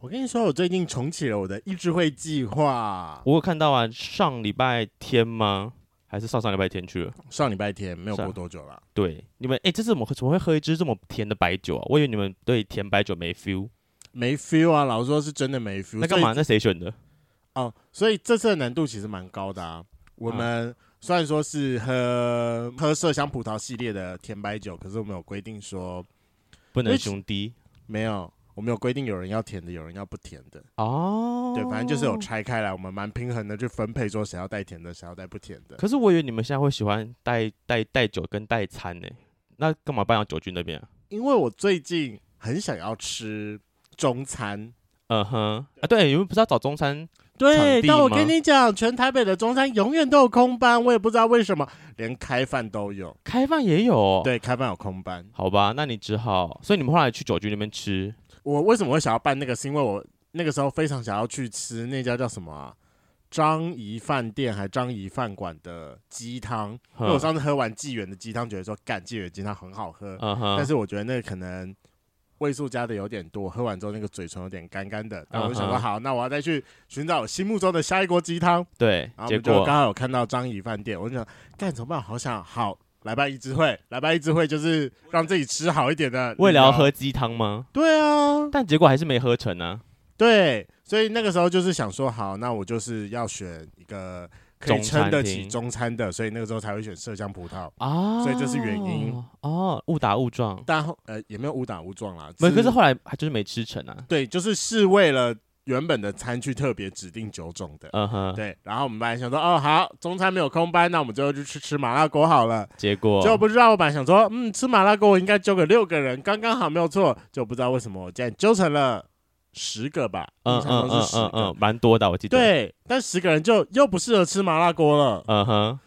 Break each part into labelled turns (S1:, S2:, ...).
S1: 我跟你说，我最近重启了我的益智会计划。
S2: 我有看到啊，上礼拜天吗？还是上上礼拜天去了？
S1: 上礼拜天没有
S2: 是啊
S1: 过多久啦，
S2: 对，你们哎、这次怎么会怎么会喝一支这么甜的白酒啊？我以为你们对甜白酒没 feel。
S1: 没 feel 啊，老实说是真的没 feel。
S2: 那干嘛？那谁选的？
S1: 哦，所以这次的难度其实蛮高的啊。我们虽然说是喝喝麝香葡萄系列的甜白酒，可是我们有规定说
S2: 不能
S1: 因为
S2: 兄弟
S1: 没有，我们有规定有人要甜的，有人要不甜的。
S2: 哦。
S1: 对，反正就是有拆开来，我们蛮平衡的去分配，说谁要带甜的，谁要带不甜的。
S2: 可是我以为你们现在会喜欢带带带酒跟带餐呢、那干嘛搬到酒局那边啊？
S1: 因为我最近很想要吃中餐，
S2: 嗯哼，啊对，你们不是要找中餐？
S1: 对
S2: 场，地
S1: 但我
S2: 吗
S1: 跟你讲，全台北的中餐永远都有空班，我也不知道为什么，连开饭都有。
S2: 开饭也有、哦。，
S1: 对，开饭有空班。
S2: 好吧，那你只好，所以你们后来去酒局那边吃
S1: 我为什么会想要办那个？是因为我那个时候非常想要去吃那家叫什么啊？张仪饭店还张仪饭馆的鸡汤，因为我
S2: 哼
S1: 上次喝完纪元的鸡汤，觉得说干纪元鸡汤很好喝，
S2: 嗯哼，
S1: 但是我觉得那可能味素加的有点多，喝完之后那个嘴唇有点干干的。然后我就想说，
S2: 嗯哼
S1: 好，那我要再去寻找我心目中的下一锅鸡汤。
S2: 对
S1: 然，后我
S2: 结
S1: 们就
S2: 果
S1: 刚好有看到张仪饭店，我就想干怎么办？好想好来办一支会，来办一支会就是让自己吃好一点的。
S2: 为了要，喝鸡汤吗？
S1: 对啊，
S2: 但结果还是没喝成啊。
S1: 对，所以那个时候就是想说，好，那我就是要选一个可以
S2: 中餐
S1: 撑得起
S2: 厅
S1: 中餐的，所以那个时候才会选麝香葡萄。
S2: 啊，
S1: 所以这是原因
S2: 哦，误打误撞，
S1: 但后呃也没有误打误撞啦，
S2: 没，可
S1: 是
S2: 是后来还就是没吃成啊。
S1: 对，就是是为了原本的餐去特别指定九种的。
S2: 嗯哼，
S1: 对，然后我们本来想说，哦，好，中餐没有空班，那我们最后就去吃麻辣锅好了。
S2: 结果
S1: 结果不知道，我本来想说，嗯，吃麻辣锅我应该揪个六个人，刚刚好没有错，就不知道为什么我竟然揪成了十个吧，
S2: 嗯
S1: 印象
S2: 嗯
S1: 中
S2: 嗯
S1: 是十
S2: 嗯
S1: 个。
S2: 嗯，蛮多的，我记得。，
S1: 对，但十个人就又不适合吃麻辣锅了。
S2: 嗯哼，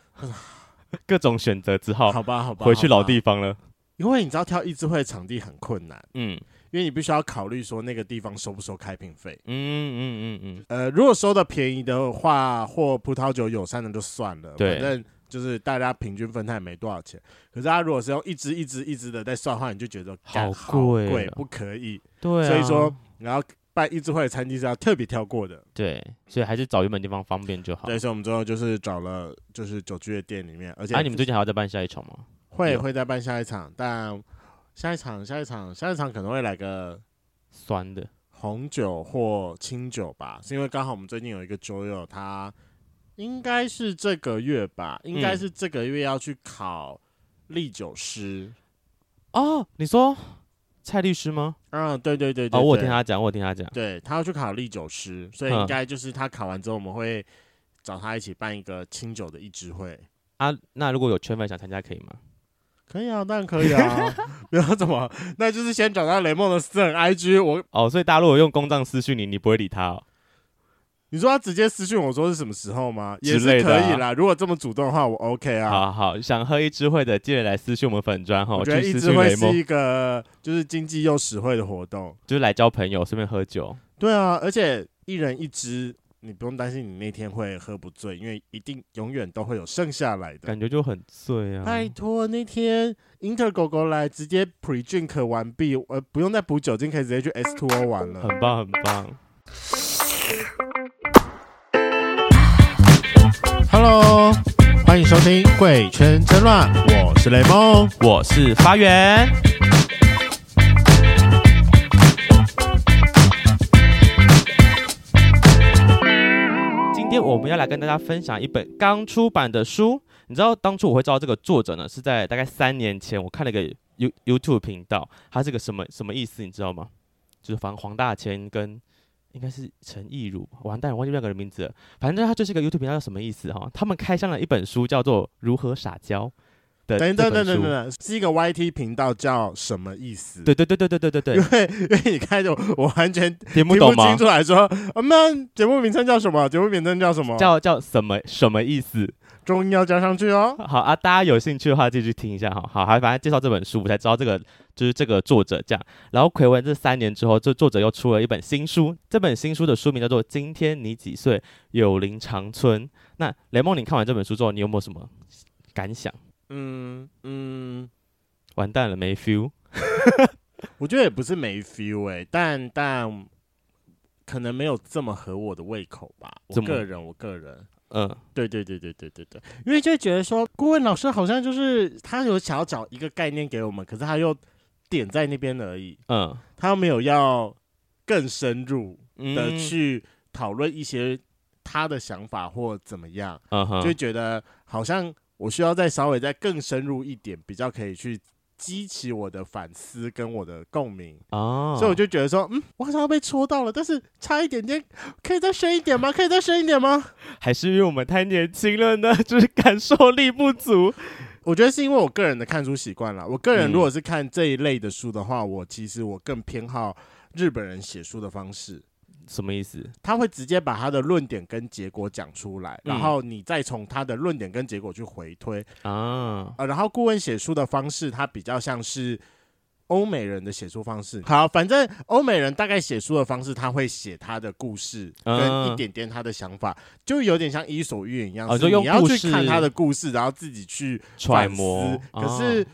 S2: 各种选择之后，
S1: 好吧，好吧，
S2: 回去
S1: 好吧
S2: 老，地方了。
S1: 因为你知道挑一次会场地很困难，
S2: 嗯
S1: 因为你必须要考虑说那个地方收不收开瓶费。
S2: 嗯嗯嗯嗯，
S1: 呃，如果收的便宜的话，或葡萄酒友善的就算了，
S2: 对
S1: 反正就是大家平均分摊也没多少钱。可是他如果是用一支一支一支的在算的话，你就觉得干
S2: 好
S1: 好
S2: 贵
S1: 贵
S2: 啊
S1: 不可以。
S2: 对啊。
S1: 所以说，然后办一支会的餐厅是要特别挑过的。
S2: 对，所以还是找原本地方方便就好。啊
S1: 对，所以我们最后就是找了就是酒居的店里面，而且
S2: 啊，你们最近还要再办下一场吗？
S1: 会
S2: 有
S1: 会再办下一场，但下一场下一场下一场可能会来个
S2: 酸的，
S1: 红酒或清酒吧，是因为刚好我们最近有一个酒友，他应该是这个月吧，应该是这个月要去考历酒师。
S2: 哦，你说蔡律师吗？
S1: 嗯，对对对对
S2: 哦，我有
S1: 对
S2: 听他讲，我有听他讲。
S1: 对他要去考历酒师，所以
S2: 嗯
S1: 应该就是他考完之后，我们会找他一起办一个清酒的一支会。
S2: 啊，那如果有圈粉想参加可以吗？
S1: 可以啊，当然可以 啊，没有怎么，那就是先找到雷梦的私人 IG，我
S2: 哦，所以大家如果用公账私讯你，你不会理他哦。
S1: 你说他直接私讯我说是什么时候吗？也
S2: 之类
S1: 是
S2: 的
S1: 可
S2: 啊
S1: 以啦，如果这么主动的话，我 OK 啊。
S2: 好好，想喝一支会的，记得来私讯我们粉砖哈，
S1: 我觉
S2: 去
S1: 得一
S2: 私
S1: 直
S2: 讯
S1: 会
S2: 雷
S1: 是
S2: 梦，
S1: 一个就是经济又实惠的活动。
S2: 就是来交朋友，顺便喝酒。
S1: 对啊，而且一人一支，你不用担心你那天会喝不醉，因为一定永远都会有剩下来的。
S2: 感觉就很醉啊。
S1: 拜托，那天 Inter 狗狗来直接 pre drink 完毕，呃，不用再补酒精，可以直接去 S two O 玩了。
S2: 很棒，很棒。
S1: Hello，欢迎收听《贵圈争乱》，我是雷梦。
S2: 我是发源。今天我们要来跟大家分享一本刚出版的书。你知道当初我会知道这个作者呢，是在大概三年前，我看了一个 You YouTube 频道，它是个什么什么意思，你知道吗？就是反正黄大千跟应该是陈亦儒，完蛋，我忘记那个人名字了。反正他就是一个 YouTube 频道，叫什么意思哈？他们开箱了一本书，叫做《如何撒娇》
S1: 等
S2: 的这
S1: 一等
S2: 本
S1: 等等
S2: 书
S1: 等。等，是一个 YT 频道叫什么意思？
S2: 对对对对对对对对
S1: 因，为因为你看着我我完全
S2: 听不
S1: 听不
S2: 懂吗
S1: 清？楚来说，我们节目名称叫什么？节目名称叫什么？
S2: 叫叫什么什么意思？
S1: 中音要加上去哦。
S2: 好啊，大家有兴趣的话，自己去听一下哈。好，还反正介绍这本书，我才知道这个就是这个作者这样。然后奎文这三年之后，这作者又出了一本新书，这本新书的书名叫做《今天你几岁》，有林长春。那雷梦，你看完这本书之后，你有没有什么感想？
S1: 嗯嗯，
S2: 完蛋了，没 feel。
S1: 我觉得也不是没 feel 欸哎、但但可能没有这么合我的胃口吧。我
S2: 怎么
S1: 个人，我个人，
S2: 嗯，
S1: 对对对对对对对，因为就会觉得说，顾问老师好像就是他有想要找一个概念给我们，可是他又点在那边而已，
S2: 嗯
S1: 他又没有要更深入
S2: 嗯
S1: 的，去讨论一些他的想法或怎么样，
S2: 嗯
S1: 就会
S2: 哼，
S1: 觉得好像我需要再稍微再更深入一点，比较可以去激起我的反思跟我的共鸣。
S2: 哦，
S1: 所以我就觉得说，嗯，我好像要被戳到了，但是差一点点，可以再深一点吗？可以再深一点吗？
S2: 还是因为我们太年轻了呢，就是感受力不足。
S1: 我觉得是因为我个人的看书习惯了。我个
S2: 嗯
S1: 人如果是看这一类的书的话，我其实我更偏好日本人写书的方式。
S2: 什么意思？
S1: 他会直接把他的论点跟结果讲出来，
S2: 嗯
S1: 然后你再从他的论点跟结果去回推。
S2: 啊，
S1: 呃，然后顾问写书的方式，他比较像是欧美人的写书方式。好，反正欧美人大概写书的方式，他会写他的故事跟
S2: 嗯
S1: 一点点他的想法，就有点像《伊索寓言》一样，
S2: 哦
S1: 是
S2: 就用
S1: 你要
S2: 故
S1: 去
S2: 事
S1: 看他的故事，然后自己去
S2: 揣
S1: 反
S2: 摩
S1: 思。
S2: 啊
S1: 可是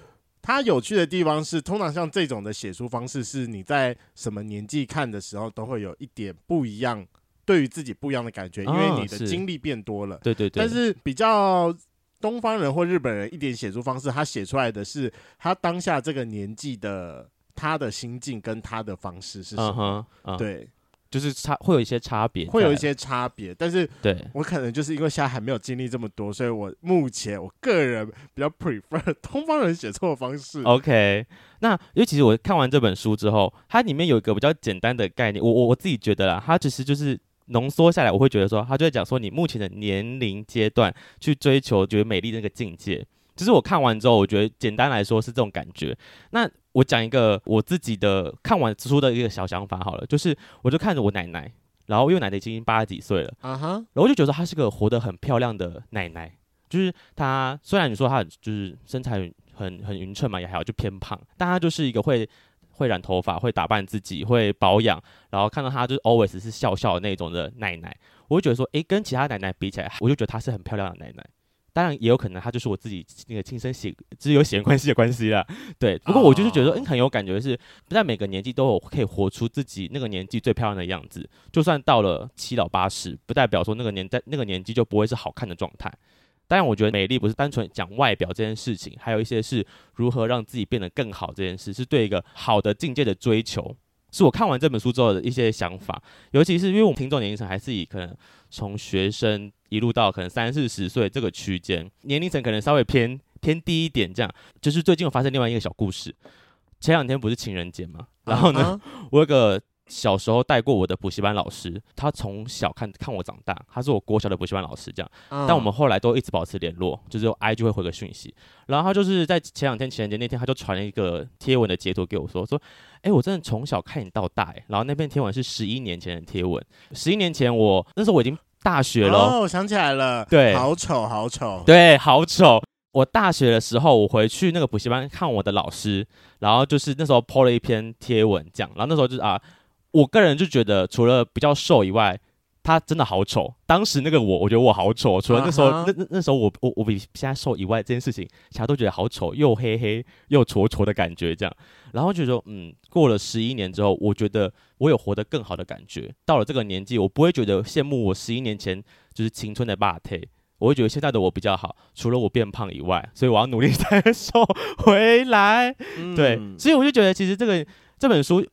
S1: 它有趣的地方是，通常像这种的写书方式，是你在什么年纪看的时候，都会有一点不一样，对于自己不一样的感觉，因为
S2: 啊
S1: 你的
S2: 是
S1: 经历变多了。
S2: 对对对，
S1: 但是比较东方人或日本人一点写作方式，他写出来的是他当下这个年纪的他的心境跟他的方式是什么。
S2: 嗯哼，嗯，
S1: 对，
S2: 就是差会有一些差别在，
S1: 会有一些差别，但是
S2: 对。
S1: 我可能就是因为现在还没有经历这么多，所以我目前我个人比较 prefer 东方人写作的方式。
S2: OK，那因为其实我看完这本书之后，它里面有一个比较简单的概念，我我我自己觉得啦，它其实就是浓缩下来，我会觉得说，它就在讲说你目前的年龄阶段去追求觉得美丽的那个境界。就是我看完之后，我觉得简单来说是这种感觉。那我讲一个我自己的看完书的一个小想法好了，就是我就看着我奶奶，然后因为我奶奶已经八十几岁了。
S1: 啊哈，
S2: 然后我就觉得她是个活得很漂亮的奶奶，就是她虽然你说她很就是身材很很很匀称嘛，也还好，就偏胖，但她就是一个会会染头发、会打扮自己、会保养，然后看到她就是 always 是笑笑的那种的奶奶，我会觉得说，诶，跟其他奶奶比起来，我就觉得她是很漂亮的奶奶。当然也有可能她就是我自己那个亲身血，就是有血缘关系的关系啦。 对，不过我就是觉得，
S1: 哦
S2: 嗯，很有感觉是在每个年纪都有可以活出自己那个年纪最漂亮的样子。就算到了七老八十，不代表说那个年代那个年纪就不会是好看的状态。当然，我觉得美丽不是单纯讲外表这件事情，还有一些是如何让自己变得更好这件事，是对一个好的境界的追求。是我看完这本书之后的一些想法，尤其是因为我们听众年龄层还是以可能从学生一路到可能三四十岁这个区间，年龄层可能稍微偏偏低一点。这样，就是最近我发现另外一个小故事，前两天不是情人节吗？然后呢，
S1: 啊
S2: 我有个小时候带过我的补习班老师，他从小看看我长大，他是我国小的补习班老师这样，
S1: 哈？
S2: 但我们后来都一直保持联络，就是我 I 就会回个讯息，然后他就是在前两天情人节那天，他就传了一个贴文的截图给我说说，哎、我真的从小看你到大、诶然后那篇贴文是十一年前的贴文，十一年前我那时候我已经大学了哦，
S1: 哦，我想起来了，
S2: 对
S1: 好丑，好丑，
S2: 对，好丑。我大学的时候，我回去那个补习班看我的老师，然后就是那时候 po 了一篇贴文，这样，然后那时候就是啊，我个人就觉得除了比较瘦以外，他真的好丑。当时那个我，我觉得我好丑，除了那时候、
S1: 啊哈
S2: 那那那时候我我我比现在瘦以外，这件事情其他都觉得好丑，又黑黑又挫挫的感觉这样。然后就说，嗯，过了十一年之后，我觉得我有活得更好的感觉。到了这个年纪，我不会觉得羡慕我十一年前就是青春的霸体，我会觉得现在的我比较好，除了我变胖以外，所以我要努力再瘦回来。
S1: 嗯
S2: 对，所以我就觉得其实这个这本书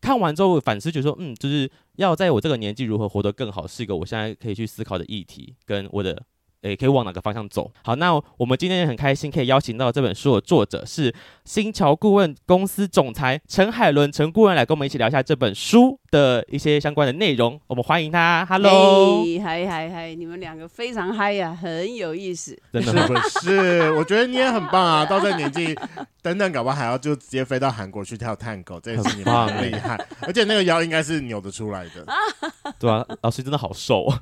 S2: 看完之后反思，觉得说，嗯，就是要在我这个年纪如何活得更好，是一个我现在可以去思考的议题，跟我的。诶，可以往哪个方向走？好，那我们今天也很开心，可以邀请到这本书的作者是新桥顾问公司总裁陈海伦陈顾问来跟我们一起聊一下这本书的一些相关的内容。我们欢迎他，Hello，
S3: 嘿嗨嗨嗨，你们两个非常嗨呀、很有 意思。
S2: 真的
S1: 是
S2: 吗
S1: 不是？我觉得你也很棒啊！到这年 纪，等等，搞不好还要就直接飞到韩国去跳探狗，这件事情
S2: 很棒
S1: 很厉害。而且那个腰应该是扭得出来的。
S2: 对啊，老师真的好瘦、哦。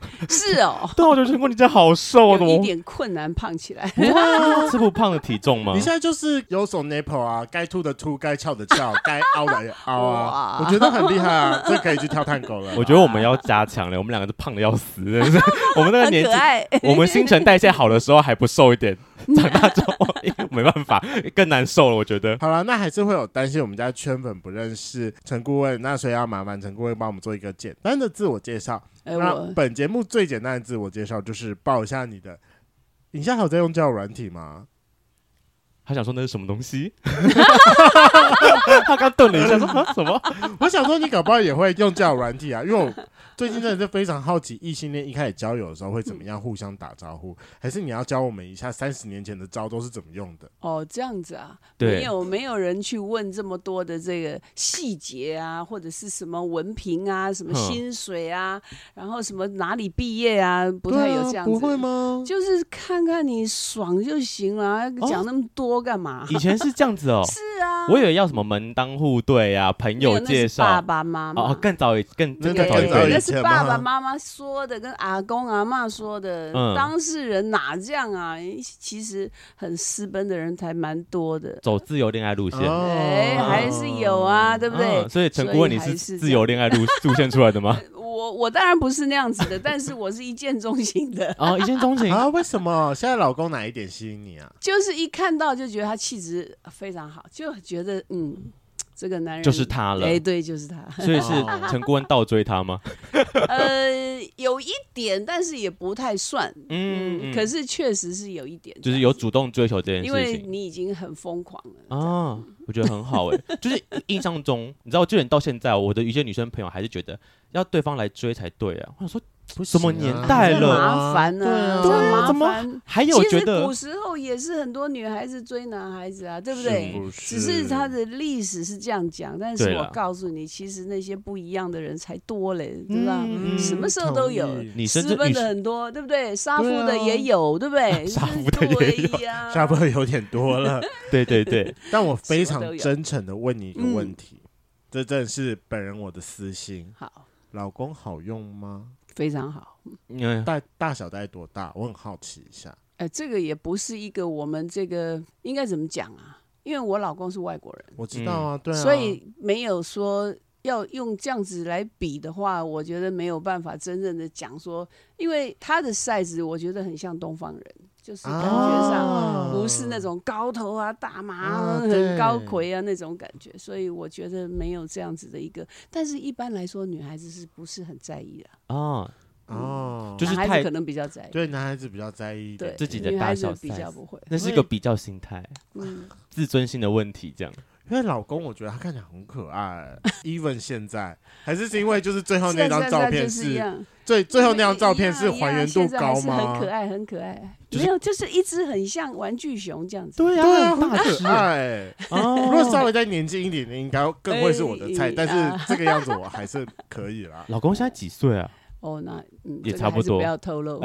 S2: ，
S3: 是哦
S2: 对，啊我觉得陈果你真的好瘦哦，怎
S3: 有一
S2: 么
S3: 点困难胖起来。
S2: 不会 啊？吃不胖的体重吗
S1: 你？现在就是 有手 nipple 啊，该凸的凸，该翘的翘，该凹的凹啊，
S3: 哇
S1: 我觉得很厉害啊！这这可以去跳探狗了。
S2: 我觉得我们要加强了，我们两个都胖的要死，真的 是我们那个
S3: 很
S2: 年纪
S3: 可， 爱。
S2: 我们新陈代谢好的时候还不瘦一点，长大之后哎没办法，更难受了。我觉得
S1: 好了，那还是会有担心我们家圈粉不认识陈顾问，那所以要麻烦陈顾问帮我们做一个简单的自我介绍。
S3: 哎，
S1: 那
S3: 我
S1: 本节目最简单的自我介绍就是报一下你的。你现在还有在用交友软体吗？
S2: 他想说那是什么东西， 他刚顿了一下 说啊什么？
S1: 我想说你搞不好也会用交友软体啊，因为我最近真的是非常好奇异性恋一开始交友的时候会怎么样互相打招呼，还是你要教我们一下三十年前的招都是怎么用的？
S3: 哦，这样子啊，
S2: 对
S3: 没有没有人去问这么多的这个细节啊，或者是什么文凭啊，什么
S2: 哼
S3: 薪水啊，然后什么哪里毕业啊，不
S1: 对
S3: 太有
S1: 啊
S3: 这样子。
S1: 不会吗？
S3: 就是看看你爽就行了、讲那么多干嘛？
S2: 以前是这样子哦，
S3: 是啊，
S2: 我以为要什么门当户对啊，朋友
S3: 没有那
S2: 介
S3: 是爸
S2: 绍。
S3: 爸妈妈
S2: 哦，更早一更
S1: 那
S2: 更
S1: 个
S2: 早一
S1: 更早一
S2: 辈
S3: 那
S2: 了，
S1: 点
S3: 是爸爸妈妈说的，跟阿公阿妈说的，
S2: 嗯
S3: 当事人哪这样啊？其实很私奔的人还蛮多的，
S2: 走自由恋爱路线。
S1: 啊
S3: 哎、还是有啊，对不对？
S2: 哦嗯所以陈
S3: 所
S2: 顾问，
S3: 以
S2: 你
S3: 还
S2: 是
S3: 是
S2: 自
S3: 这
S2: 由恋爱路路线出来的 吗？
S3: 我我当然不是那样子的，但是我是一见钟情的，
S2: 哦，一见钟情
S1: 啊？为什么？现在老公哪一点吸引你啊？
S3: 就是一看到就觉得他气质非常好，就觉得嗯，这个男人
S2: 就是他了
S3: 哎、，对，就是 他。
S2: 所以是
S1: 哦
S2: 陈顾问倒追他吗？
S3: 呃，有一点，但是也不太算。嗯，可是确实是有一点，
S2: 就是有，主动追求这件
S3: 因
S2: 事
S3: 为
S2: 情
S3: 你已经很疯狂了。
S2: 啊，我觉得很好哎、 就是印象中，你知道，就连到现在，我的一些女生朋友还是觉得要对方来追才对啊。我想说，
S1: 不
S2: 什么
S1: 行啊
S2: 年代
S3: 这
S2: 了
S3: 麻烦
S1: 对啊
S3: 这
S1: 对
S2: 啊
S3: 麻
S2: 怎么
S3: 烦。
S2: 还有
S3: 其
S2: 觉
S3: 实
S2: 得
S3: 古时候也是很多女孩子追男孩子啊，对不
S1: 是
S3: 对？
S1: 不
S3: 只是他的历史是这样讲，但是
S2: 对
S3: 我
S2: 啦
S3: 告诉你，其实那些不一样的人才多嘞，对吧？
S2: 嗯
S3: 什么时候都有
S1: 同意
S2: 女生
S3: 私
S2: 就
S3: 奔
S2: 女
S3: 的
S2: 生
S3: 很多，对不对？杀夫
S1: 对
S3: 的
S1: 啊
S3: 也有，对不对？
S2: 杀
S3: 就是
S2: 夫的也
S3: 对
S2: 有
S3: 呀
S1: 下播有点多了，
S2: 对对对，
S1: 但我非
S3: 什么都
S1: 常
S3: 有嗯
S1: 真诚的问你一个问题，这真的是本人我的私心。
S3: 好，
S1: 老公好用吗？
S3: 非常好。
S2: 嗯，
S1: 大大小大概多大？我很好奇一下。
S3: 呃，这个也不是一个我们这个应该怎么讲啊？因为我老公是外国人，
S1: 我知道啊，对啊，
S3: 嗯所以没有说要用这样子来比的话，我觉得没有办法真正的讲说，因为他的 size 我觉得很像东方人，就是感觉上
S1: 啊
S3: 不是那种高头啊、大麻、
S1: 啊对
S3: 很高魁啊那种感觉，所以我觉得没有这样子的一个。但是一般来说，女孩子是不是很在意的、啊？
S2: 哦，
S1: 哦，
S2: 就是
S3: 男孩
S2: 太
S3: 子可能比较在意，
S1: 对男孩子比较在意一点
S3: 嗯对
S2: 自己的
S3: 女
S2: 大
S3: 孩子
S2: 小
S3: 比较
S2: size
S3: 不会。
S2: 那是一个比较心态、
S3: 嗯，
S2: 自尊心的问题，这样。
S1: 因为老公我觉得他看起来很可 爱，even 现在还是是因为就是最后
S3: 是
S1: 那
S3: 啊是
S1: 张
S3: 啊
S1: 照
S3: 是啊就
S1: 片
S3: 是一
S1: 是
S3: 样。
S1: 最最后那
S3: 一
S1: 张
S3: 样
S1: 照片
S3: 一
S1: 是
S3: 样
S1: 还原度
S3: 现在还
S1: 高
S3: 是很
S1: 吗
S3: 可？爱，很可爱。
S2: 就是
S3: 没有，就是一只很像玩具熊这样子。
S2: 对
S1: 对啊，
S2: 很
S1: 很
S2: 大
S1: 可
S2: 只
S1: 爱欸。如果稍
S2: 哦。。
S1: 微再年轻一点的，应该更会是我的菜
S3: 哎。
S1: 但是
S3: 啊
S1: 这个样子我还是可以啦
S2: 老公现在几岁 啊
S3: 哦，那嗯，
S2: 也
S3: 这个
S2: 差不
S3: 还是
S2: 多
S3: 不要 透露，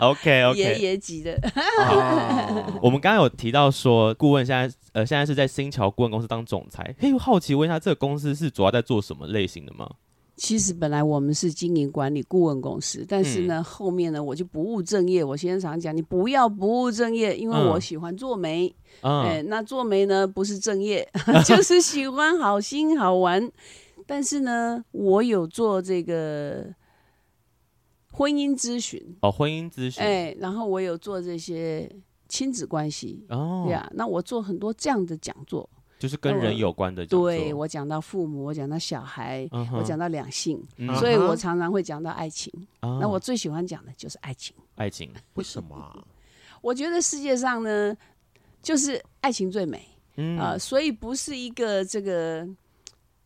S2: ？OK OK，
S3: 爷爷级的。
S1: 哦
S2: 我们刚刚有提到说，顾问现在呃现在是在新桥顾问公司当总裁。嘿，我好奇问一下，这个公司是主要在做什么类型的吗？
S3: 其实本来我们是经营管理顾问公司，但是呢，
S1: 嗯
S3: 后面呢我就不务正业。我先生常讲，你不要不务正业，因为
S2: 嗯
S3: 我喜欢做媒。哎、
S2: 嗯，
S3: 那做媒呢不是正业， 就是喜欢好心好玩。但是呢，我有做这个婚姻咨询，
S2: 哦，婚姻咨询。
S3: 哎，然后我有做这些亲子关系，
S2: 哦
S3: 对，呀、那我做很多这样的讲座，
S2: 就是跟人有关的讲座。
S3: 对我讲到父母，我讲到小孩，
S2: 嗯哼，
S3: 我讲到两性，
S2: 嗯
S3: 所以
S1: 啊哈
S3: 我常常会讲到爱情。
S2: 啊
S3: 那我最喜欢讲的就是爱情。
S2: 爱情，
S1: 为什么 啊？
S3: 我觉得世界上呢，就是爱情最美
S2: 嗯
S3: 啊、所以不是一个这个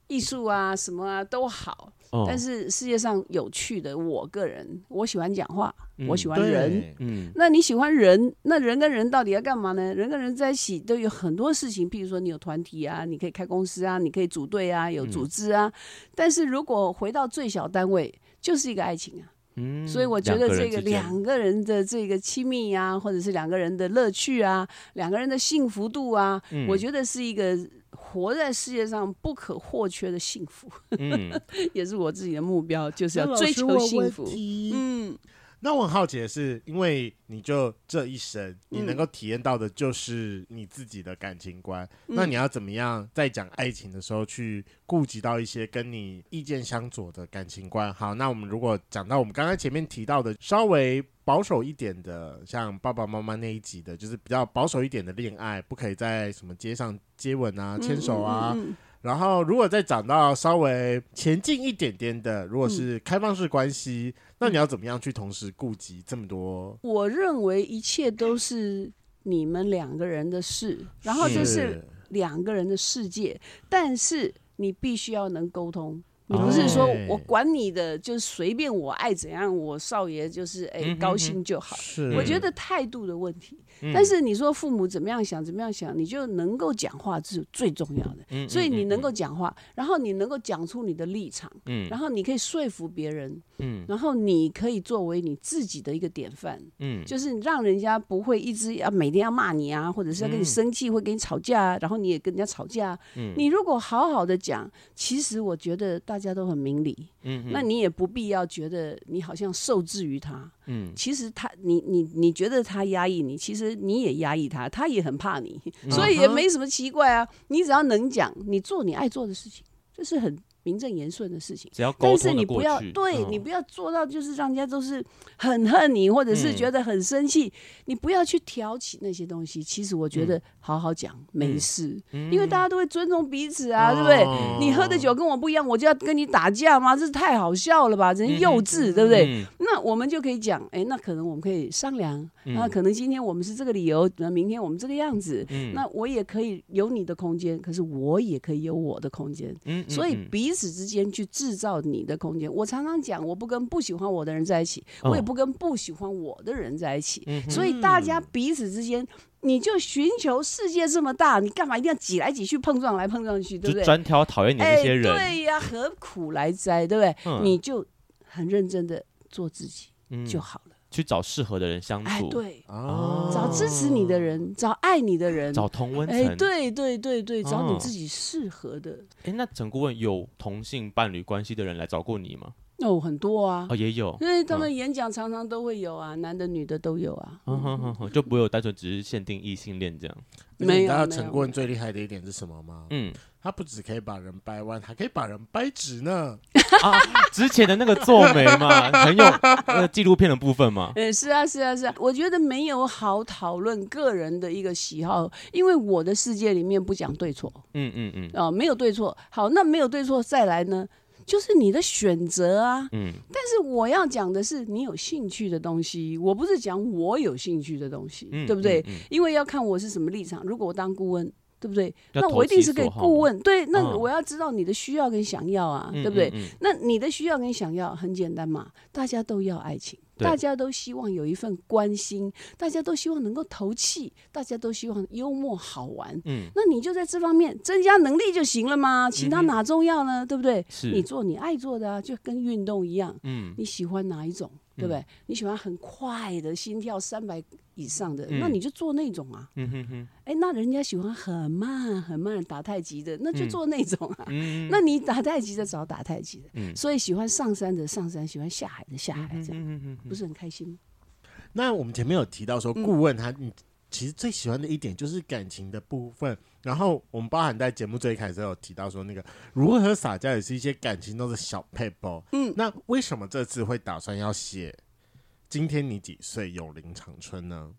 S3: 艺术啊什么啊都好，
S2: 哦
S3: 但是世界上有趣的，我个人我喜欢讲话，我喜
S2: 欢，
S3: 欢人。
S1: 对，
S2: 嗯
S3: 那你喜欢人，那人跟人到底要干嘛呢？人跟人在一起都有很多事情，譬如说你有团体啊，你可以开公司啊，你可以组队啊，有组织啊。
S2: 嗯
S3: 但是如果回到最小单位，就是一个爱情啊。
S2: 嗯，
S3: 所以我觉得这个
S2: 两人之间
S3: 两个人的这个亲密啊，或者是两个人的乐趣啊，两个人的幸福度啊，
S2: 嗯
S3: 我觉得是一个。活在世界上不可或缺的幸福，
S2: 嗯，
S3: 也是我自己的目标，就是
S1: 那
S3: 要
S1: 老
S3: 追
S1: 师
S3: 求
S1: 我有
S3: 幸
S1: 问
S3: 福。
S1: 题
S3: 嗯，
S1: 那我很好奇的是，因为你就这一生，你
S3: 嗯
S1: 能够体验到的就是你自己的感情观。
S3: 嗯
S1: 那你要怎么样在讲爱情的时候去顾及到一些跟你意见相左的感情观？好，那我们如果讲到我们刚刚前面提到的稍微保守一点的，像爸爸妈妈那一集的，就是比较保守一点的恋爱，不可以在什么街上接吻啊、牵手啊，
S3: 嗯嗯嗯嗯
S1: 然后，如果再长到稍微前进一点点的，
S3: 嗯
S1: 如果是开放式关系，那你要怎么样去同时顾及这么多？
S3: 我认为一切都是你们两个人的事，然后这是两个人的世界，但是你必须要能沟通。你不是
S2: 哦
S3: 说
S1: 哎
S3: 我管你的，就是随便我爱怎样，我少爷就是哎、
S2: 嗯哼哼
S3: 高兴就好。
S1: 是，
S3: 我觉得态度的问题，
S2: 嗯
S3: 但是你说父母怎么样想，怎么样想，你就能够讲话这是最重要的。
S2: 嗯
S3: 所以你能够
S2: 嗯
S3: 讲话，然后你能够讲出你的立场，
S2: 嗯
S3: 然后你可以说服别人，
S2: 嗯
S3: 然后你可以作为你自己的一个典范。
S2: 嗯
S3: 就是让人家不会一直要每天要骂你啊，或者是要跟你
S2: 嗯
S3: 生气，会跟你吵架啊，然后你也跟人家吵架啊。
S2: 嗯
S3: 你如果好好的讲，其实我觉得大家都很明理，
S2: 嗯
S3: 那你也不必要觉得你好像受制于他。
S2: 嗯
S3: 其实他，你你你觉得他压抑你，其实你也压抑他，他也很怕你，
S2: 嗯
S3: 所以也没什么奇怪啊。你只要能讲，你做你爱做的事情，这是很名正言顺的事情。
S2: 只要沟
S3: 但是
S2: 通
S3: 你
S2: 的
S3: 不
S2: 过
S3: 要
S2: 去，
S3: 对、
S2: 嗯
S3: 你不要做到，就是让人家都是很恨你，或者是
S2: 嗯
S3: 觉得很生气。你不要去挑起那些东西。其实我
S2: 嗯
S3: 觉得好好讲、没事、因为大家都会尊重彼此啊，对不对？
S1: 哦
S3: 你喝的酒跟我不一样，我就要跟你打架吗？这太好笑了吧，真幼稚，对不对？
S2: 嗯
S3: 那我们就可以讲，哎，那可能我们可以商量，
S2: 嗯
S3: 那可能今天我们是这个理由，那明天我们这个样子，
S2: 嗯
S3: 那我也可以有你的空间，可是我也可以有我的空间。
S2: 嗯嗯
S3: 所以
S2: 嗯
S3: 彼此之间去制造你的空间。我常常讲，我不跟不喜欢我的人在一起，
S2: 哦
S3: 我也不跟不喜欢我的人在一起。
S2: 嗯哼
S3: 所以大家彼此之间，你就寻求世界这么大，你干嘛一定要挤来挤去、碰撞来碰撞去，对
S2: 就
S3: 不对？
S2: 专挑讨厌你的
S3: 哎，
S2: 那些人，
S3: 对呀、何苦来哉，对不对？
S2: 嗯
S3: 你就很认真的做自己
S2: 嗯哦
S3: 就好了。
S2: 去找适合的人相
S3: 哎，
S2: 处，
S3: 对，
S1: 啊，
S3: 找支持你的人，找爱你的人，
S2: 找同温
S3: 哎，
S2: 层。
S3: 对对对对，找你
S2: 哦
S3: 自己适合的。
S2: 哎，那陈顾问有同性伴侣关系的人来找过你吗？
S3: 哦，很多啊，
S2: 哦，也有，
S3: 因为他
S2: 嗯
S3: 们演讲常常都会有啊，男的女的都有啊。
S2: 嗯哼哼哼，就不会有单纯只是限定异性恋这样。
S1: 而且你
S3: 没
S1: 知
S3: 有
S1: 道
S3: 没有
S1: 陈顾问最厉害的一点是什么吗？
S2: 嗯，
S1: 他不只可以把人掰弯，还可以把人掰直呢。
S2: 啊，之前的那个皱眉嘛，很有那个纪录片的部分嘛。
S3: 嗯，是啊，是啊，是啊，我觉得没有好讨论个人的一个喜好，因为我的世界里面不讲对错
S2: 嗯嗯嗯
S3: 啊、没有对错。好，那没有对错，再来呢，就是你的选择啊。
S2: 嗯
S3: 但是我要讲的是你有兴趣的东西，我不是讲我有兴趣的东西，
S2: 嗯，
S3: 对不对？
S2: 嗯？嗯
S3: 因为要看我是什么立场。如果我当顾问，对不对？
S2: 要
S3: 那
S2: 投
S3: 我一定
S2: 其
S3: 是给
S2: 所好
S3: 顾
S2: 嘛
S3: 问，对，那
S2: 嗯
S3: 我要知道你的需要跟想要啊，对不对？？
S2: 嗯嗯嗯
S3: 那你的需要跟想要很简单嘛，大家都要爱情，
S2: 对
S3: 大家都希望有一份关心，大家都希望能够投契，大家都希望幽默好玩。
S2: 嗯，
S3: 那你就在这方面增加能力就行了嘛，其他
S2: 嗯哼
S3: 哪重要呢？对不对？
S2: 是
S3: 你做你爱做的啊，就跟运动一样，
S2: 嗯
S3: 你喜欢哪一种，对不对？你喜欢很快的心跳三百以上的，那
S2: 嗯
S3: 你就做那种啊。
S2: 嗯哼哼
S3: 哎，那人家喜欢很慢很慢打太极的，那就
S2: 嗯
S3: 做那种啊。
S2: 嗯，
S3: 那你打太极的找打太极的，
S2: 嗯
S3: 所以喜欢上山的上山，喜欢下海的下海，这样
S2: 嗯嗯嗯
S3: 不是很开心吗？
S1: 那我们前面有提到说，
S3: 嗯
S1: 顾问他你其实最喜欢的一点就是感情的部分。然后我们包含在节目最开始有提到说，那个如何撒娇也是一些感情中的小 paper。嗯，那为什么这次会打算要写“今天你几岁，有林长春”呢？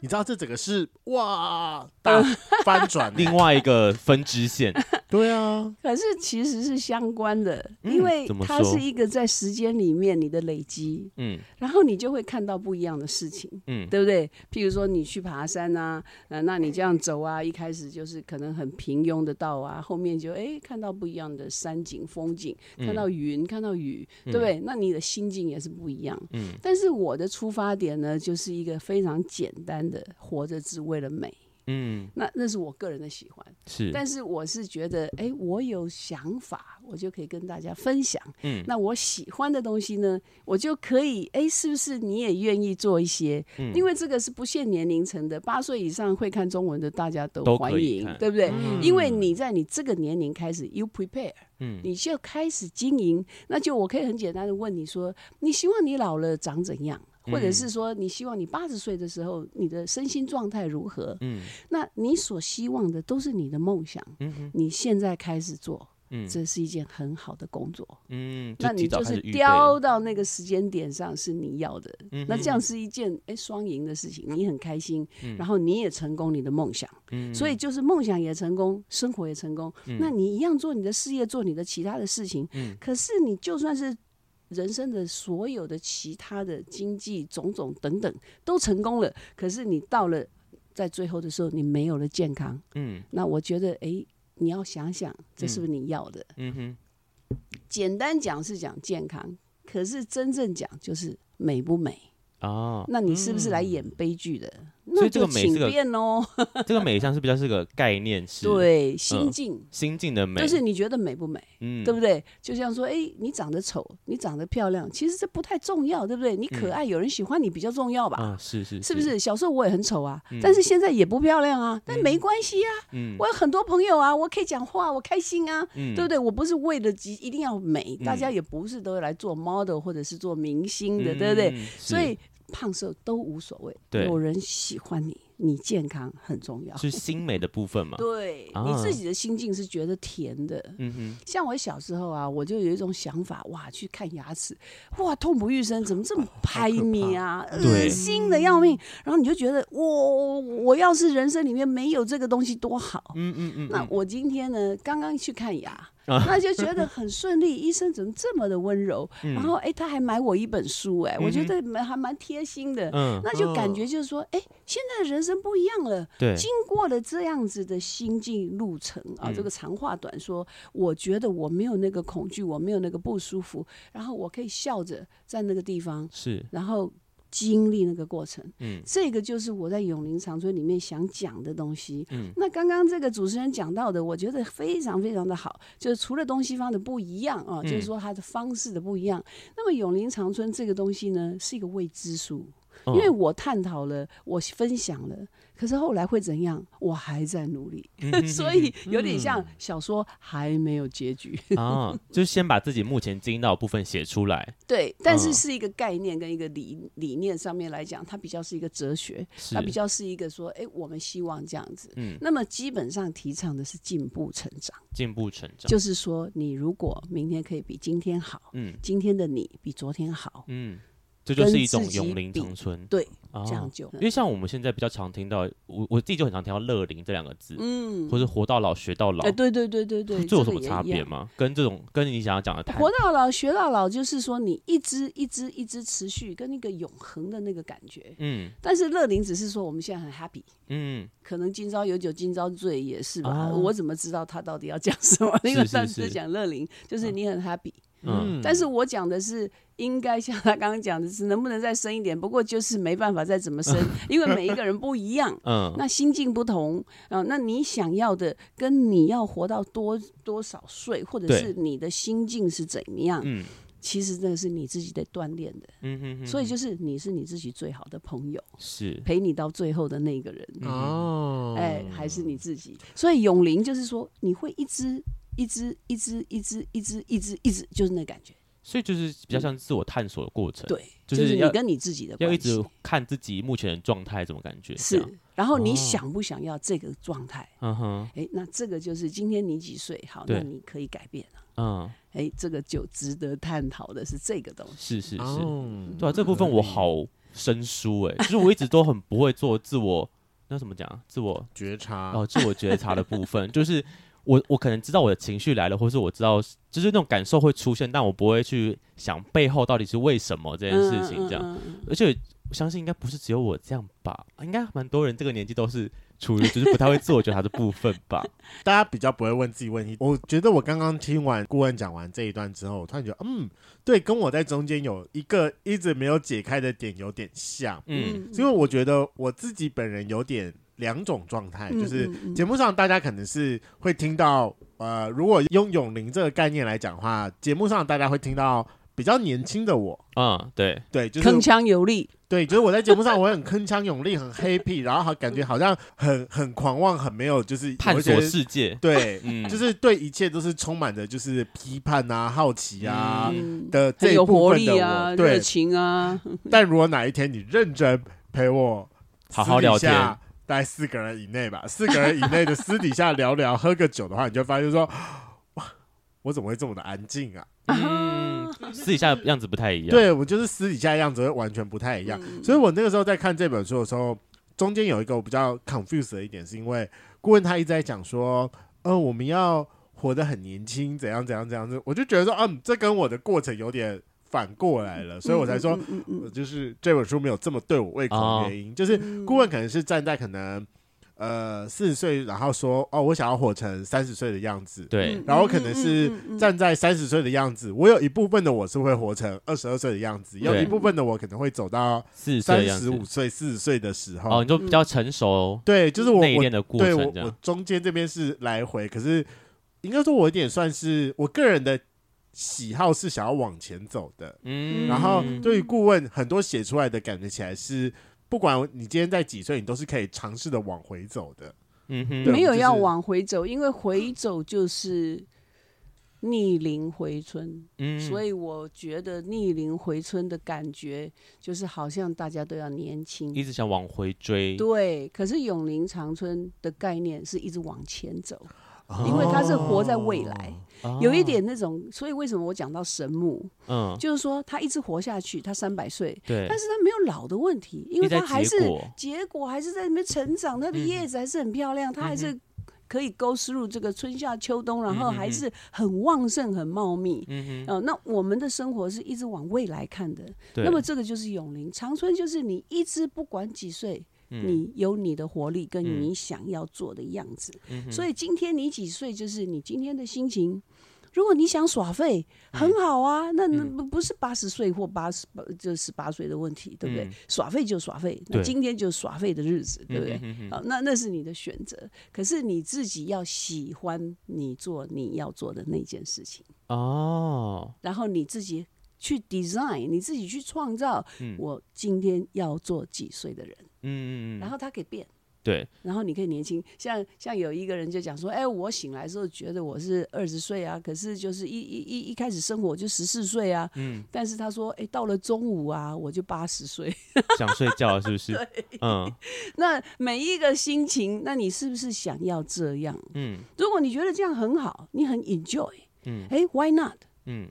S1: 你知道这整个是 哇大翻 转欸，
S2: 另外一个分支线，
S1: 对啊，
S3: 可是其实是相关的，
S2: 嗯
S3: 因为
S2: 怎么
S3: 它
S2: 说
S3: 是一个在时间里面你的累积，
S2: 嗯
S3: 然后你就会看到不一样的事情，
S2: 嗯
S3: 对不对？譬如说你去爬山啊，呃，那你这样走啊，一开始就是可能很平庸的道啊，后面就哎看到不一样的山景、风景，
S2: 嗯
S3: 看到云，看到雨，对不对？那你的心境也是不一样。
S2: 嗯
S3: 但是我的出发点呢，就是一个非常简单的活着只为了美，
S2: 嗯
S3: 那那是我个人的喜欢。
S2: 是，
S3: 但是我是觉得，哎，我有想法，我就可以跟大家分享。
S2: 嗯
S3: 那我喜欢的东西呢，我就可以，哎，是不是你也愿意做一些？
S2: 嗯
S3: 因为这个是不限年龄层的，八岁以上会看中文的大家都
S2: 都
S3: 欢
S2: 可以
S3: 迎
S2: 看，
S3: 对不对？
S1: 嗯
S3: 因为你在你这个年龄开始，you prepare。
S2: 嗯
S3: 你就开始经营，那就我可以很简单的问你说，你希望你老了长怎样，
S2: 嗯
S3: 或者是说你希望你八十岁的时候你的身心状态如何？
S2: 嗯
S3: 那你所希望的都是你的梦想，
S2: 嗯哼
S3: 你现在开始做，
S2: 嗯
S3: 这是一件很好的工作。
S2: 嗯，
S3: 那你
S2: 提早
S3: 就
S2: 开
S3: 是
S2: 始预备
S3: 雕，到那个时间点上是你要的，
S2: 嗯
S3: 那
S2: 哼
S3: 这样是一件哎双赢的事情，你很开心，
S2: 嗯
S3: 然后你也成功你的梦想，
S2: 嗯
S3: 所以就是梦想也成功，生活也成功，那你一样做你的事业，做你的其他的事情，
S2: 嗯
S3: 可是你就算是。人生的所有的其他的经济种种等等都成功了，可是你到了在最后的时候，你没有了健康，
S2: 嗯
S3: 那我觉得，哎，你要想想，这是不是你要的？
S2: 嗯哼
S3: 简单讲是讲健康，可是真正讲就是美不美。
S2: 哦，
S3: 那你是不是来演悲剧的？
S2: 所
S3: 那
S2: 以这个
S3: 就
S2: 美
S3: 请
S2: 这个
S3: 便哦。
S2: 这个美像是比较是个概念式，，
S3: 对，心境。
S2: 心境的美，
S3: 就是你觉得美不美，
S2: 嗯
S3: 对不对？就像说，哎，你长得丑，你长得漂亮，其实这不太重要，对不对？你可爱，有人喜欢你比较重要吧？
S2: 啊，是嗯是
S3: 是不？是？小时候我也很丑啊，
S2: 嗯
S3: 但是现在也不漂亮啊，但没关系啊，
S2: 嗯
S3: 我有很多朋友啊，我可以讲话，我开心啊，
S2: 嗯
S3: 对不对？我不是为了急一定要美，
S2: 嗯
S3: 大家也不是都来做 model 或者是做明星的，
S2: 嗯
S3: 对不对？？
S2: 嗯
S3: 所以胖瘦都无所谓，
S2: 对
S3: 有人喜欢你，你健康很重要。
S2: 是是心美的部分嘛？
S3: 对、
S2: 啊
S3: 你自己的心境是觉得甜的。
S2: 嗯哼，
S3: 像我小时候啊，我就有一种想法，哇，去看牙齿，哇，痛不欲生，怎么 这么拍你啊，
S2: 对
S3: 恶心的要命。然后你就觉得，我我要是人生里面没有这个东西多好。
S2: 嗯嗯嗯，啊
S3: 那我今天呢，刚刚去看牙，那就觉得很顺利，医生怎么这么的温柔？
S2: 嗯
S3: 然后哎，他还买我一本书，哎，我觉得蛮还蛮贴心的。
S2: 嗯，
S3: 那就感觉就是说，哎，现在的人生不一样了。
S2: 对，
S3: 经过了这样子的心境路程啊，
S2: 嗯
S3: 这个长话短说，我觉得我没有那个恐惧，我没有那个不舒服，然后我可以笑着在那个地方，
S2: 是，
S3: 然后经历那个过程。
S2: 嗯
S3: 这个就是我在永陵长春里面想讲的东西。
S2: 嗯
S3: 那刚刚这个主持人讲到的，我觉得非常非常的好，就是除了东西方的不一样啊，
S2: 嗯
S3: 就是说它的方式的不一样。那么永陵长春这个东西呢，是一个未知数，因
S2: 嗯
S3: 为我探讨了，我分享了，可是后来会怎样，我还在努力，
S2: 嗯
S3: 所以有点像小说还没有结 局。
S2: 啊，就是先把自己目前经历到的部分写出 来，
S3: 对，但是
S2: 嗯
S3: 是一个概念跟一个理理念上面来讲，它比较是一个哲学。
S2: 是
S3: 它比较是一个说，哎、我们希望这样子。
S2: 嗯
S3: 那么基本上提倡的是进步成长，
S2: 进步成长，
S3: 就是说，你如果明天可以比今天好，
S2: 嗯
S3: 今天的你比昨天好，
S2: 嗯，这就是一种
S3: 跟自己
S2: 永龄
S3: 比
S2: 长春，
S3: 对，
S2: 啊
S3: 这样就
S2: 因为像我们现在比较常听到，我我自己就很常听到“乐龄”这两个字，嗯，或是“活到老学到老
S3: 哎、”，对对对对对，
S2: 这有
S3: 个
S2: 什么
S3: 也
S2: 差
S3: 一样
S2: 别吗？跟这种跟你想要讲的谈
S3: 活到老学到老，就是说你一直一直一直持续，跟那个永恒的那个感觉。
S2: 嗯
S3: 但是乐龄只是说我们现在很 happy，
S2: 嗯，
S3: 可能今朝有酒今朝醉也是吧。
S2: 哦
S3: 我怎么知道他到底要讲什么？因 为
S2: 是是
S3: 他只
S2: 是
S3: 讲乐龄，就是你很 happy，
S2: 嗯
S3: 但是我讲的是，应该像他刚刚讲的是，能不能再深一点？不过就是没办法再怎 么深，因为每一个人不一样，
S2: 嗯
S3: 那心境不同啊、那你想要的跟你要活到多多少岁，或者
S2: 对
S3: 是你的心境是怎么样，
S2: 嗯
S3: 其实那是你自己得锻炼的。
S2: 嗯哼哼，
S3: 所以就是你是你自己最好的朋友，
S2: 是
S3: 陪你到最后的那个人。
S2: 嗯
S1: 哦，
S3: 哎，还是你自己。所以永龄就是说，你会一直、一直、一直、一直、一直、一直、一直，就是那感觉。
S2: 所以就是比较像自我探索的过程，，
S3: 嗯对，
S2: 就
S3: 就是是
S2: 要
S3: 你跟你自己的
S2: 要
S3: 关
S2: 一
S3: 系
S2: 直看自己目前的状态怎么感觉，这样
S3: 是，然后
S2: 哦
S3: 你想不想要这个状态？
S2: 嗯哼，
S3: 哎、那这个就是今天你几岁？好，
S2: 对
S3: 那你可以改变了。
S2: 嗯，
S3: 哎，这个就值得探讨的是这个东西。
S2: 是是是，
S1: 哦
S2: 对啊，这部分我好生疏哎、就是我一直都很不会做自我，那怎么讲啊？自我
S1: 觉察
S2: 哦，自我觉察的部分，就是我我可能知道我的情绪来了，或是我知道就是那种感受会出现，但我不会去想背后到底是为什么这件事情这样。
S3: 嗯嗯嗯嗯
S2: 而且我相信应该不是只有我这样吧，应该蛮多人这个年纪都是处于就是不太会自我觉察的部分吧。
S1: 大家比较不会问自己问题。我觉得我刚刚听完顾问讲完这一段之后，我突然觉得，嗯，对，跟我在中间有一个一直没有解开的点有点像，
S2: 嗯
S3: 嗯
S1: 是因为我觉得我自己本人有点两种状态，
S3: 嗯
S1: 就是
S3: 嗯嗯
S1: 节目上大家可能是会听到，呃，如果用永龄这个概念来讲的话，节目上大家会听到比较年轻的我，
S2: 嗯，对，
S1: 对，就是
S3: 铿锵有力，
S1: 对，就是我在节目上我很铿锵有力，很 happy，然后好感觉好像很很狂妄，很没有就是
S2: 探
S1: 有一些
S2: 索世界，
S1: 对，
S2: 嗯，
S1: 就是对一切都是充满着就是批判啊、好奇啊
S3: 嗯，
S1: 的这
S3: 很
S1: 一
S3: 有
S1: 部
S3: 活
S1: 分的
S3: 力
S1: 我。
S3: 啊，热
S1: 对，
S3: 情啊，
S1: 但如果哪一天你认真陪我
S2: 好好聊天
S1: 私底下，大概四个人以内吧，四个人以内的私底下聊聊，喝个酒的话，你就发现说，哇，我怎么会这么的安静啊？
S2: 嗯，私底下的样子不太一样。，
S1: 对我就是私底下的样子会完全不太一样。
S3: 嗯
S1: 所以我那个时候在看这本书的时候，中间有一个我比较 confused 的一点，是因为顾问他一直在讲说，呃，我们要活得很年轻，怎样怎样怎样，我就觉得说，嗯，这跟我的过程有点反过来了，所以我才说，
S3: 嗯哦嗯嗯
S1: 呃就是这本书没有这么对我胃口的原因，就是顾问可能是站在可能呃四十岁，然后说哦，我想要活成三十岁的样子，
S2: 对，
S1: 然后可能是
S3: 嗯嗯嗯嗯
S1: 站在三十岁的样子，我有一部分的我是会活成二十二岁的样子，有
S2: 对
S1: 一部分的我可能会走到
S2: 四十岁的
S1: 三
S2: 样
S1: 十
S2: 子。
S1: 五岁、四十岁的时候。
S2: 哦，你就比较成熟
S1: 对，就是我
S2: 内
S1: 我
S2: 敛的过
S1: 嗯对
S2: 程
S1: 我
S2: 这
S1: 我
S2: 样。
S1: 中间这边是来回，可是应该说我有点算是我个人的喜好是想要往前走的，
S2: 嗯
S1: 然后
S3: 嗯
S1: 对于顾问，很多写出来的感觉起来是，不管你今天在几岁，你都是可以尝试的往回走的。
S2: 嗯哼，
S1: 对
S3: 没有
S1: 就是
S3: 要往回走，因为回走就是逆龄回春，
S2: 嗯
S3: 所
S2: 以
S3: 以我觉得逆龄回春的感觉就是好像大家都要年轻。
S2: 一直想往回追。
S3: 对，可是永龄长春的概念是一直往前走，
S1: 哦
S3: 因为它是活在未来，
S2: 哦
S3: 有一，点那种，所以为什么我讲到神木，
S1: 哦
S2: 嗯，
S3: 就是说他一直活下去，他三百岁，
S2: 对，
S3: 但是他没有老的问题，因
S2: 一
S3: 为
S2: 直在
S3: 他还是
S2: 结果
S3: 结果还是在里面成长，它的叶
S2: 嗯
S3: 子还是很漂亮，它还是可以勾丝入这个春夏秋冬，然后
S2: 嗯嗯嗯
S3: 还是很旺盛、很茂密。
S2: 嗯哼，
S3: 呃，那我们的生活是一直往未来看的，
S2: 对
S3: 那么这个就是永龄长春，就是你一直不管几岁，你有你的活力跟
S2: 嗯
S3: 你想要做的样子。
S2: 嗯哼
S3: 所以今天你几岁，就是你今天的心情。如果你想耍废，
S2: 嗯
S3: 很好啊，那那不不是八十岁或八十就十八岁的问题，对不对？
S2: 嗯
S3: 耍废就耍废，那
S2: 对
S3: 今天就耍废的日子，对不对？
S2: 嗯哼
S3: 啊，那那是你的选择，可是你自己要喜欢你做你要做的那件事情，
S2: 哦，
S3: 然后你自己去 design，你自己去创造。
S2: 嗯
S3: 我今天要做几岁的人，
S2: 嗯嗯嗯，
S3: 然后他可以变。
S2: 对，
S3: 然后你可以年轻，像像有一个人就讲说，哎，我醒来的时候觉得我是二十岁啊，可是就是一一一一开始生活我就十四岁啊，
S2: 嗯，
S3: 但是他说，哎，到了中午啊，我就八十岁。
S2: 想睡觉了是不是？嗯
S3: 那每一个心情，那你是不是想要这样？
S2: 嗯
S3: 如果你觉得这样很好，你很 enjoy，
S2: 嗯
S3: 哎，why not？
S2: 嗯，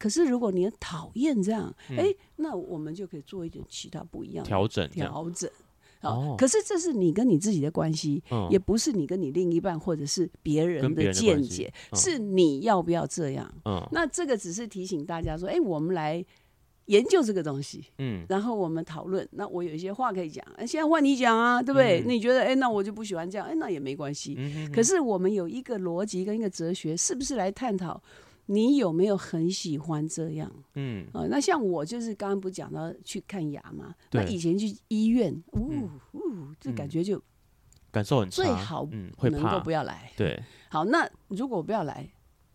S3: 可是如果你很讨厌这样，哎，那我们就可以做一点其他不一样的
S2: 调整这样，
S3: 调整。
S2: 哦
S3: 哦，可是这是你跟你自己的关系，
S2: 嗯
S3: 也不是你跟你另一半或者是别人
S2: 跟别
S3: 的
S2: 人的
S3: 见
S2: 关系
S3: 解，
S2: 嗯
S3: 是你要不要这样？
S2: 嗯
S3: 那这个只是提醒大家说，哎、我们来研究这个东西，
S2: 嗯
S3: 然后我们讨论。那我有一些话可以讲，哎、现在换你讲啊，对不对？
S2: 嗯
S3: 你觉得，哎、那我就不喜欢这样，哎、那也没关系。
S2: 嗯哼，
S3: 可是我们有一个逻辑跟一个哲学，是不是来探讨你有没有很喜欢这样？
S2: 嗯
S3: 啊、那像我就是刚刚不讲到去看牙嘛，那
S2: 对嗯
S3: 以前去医院，呜、呜，这感觉就
S2: 感受很差，
S3: 最好
S2: 嗯会
S3: 能够
S2: 怕
S3: 不，要来。
S2: 对，
S3: 好，那如果我不要来，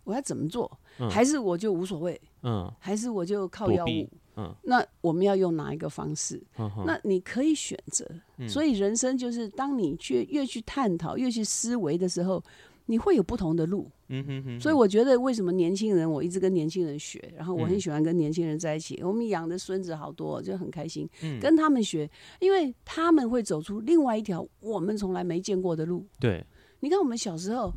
S3: 我要怎么做？
S2: 嗯
S3: 还是我就无所谓，
S2: 嗯
S3: 还是我就靠
S2: 躲
S3: 药
S2: 避
S3: 物？
S2: 嗯
S3: 那我们要用哪一个方式？
S2: 嗯哼，
S3: 那你可以选择。所以人生就是，当你去越去探讨、越去思维的时候，你会有不同的路。
S2: 嗯哼哼，
S3: 所以我觉得，为什么年轻人，我一直跟年轻人学，然后
S2: 嗯
S3: 我很喜欢跟年轻人在一起。我们养的孙子好多，就很开心，
S2: 嗯
S3: 跟他们学，因为他们会走出另外一条我们从来没见过的路。
S2: 对
S3: 你看我们小时候，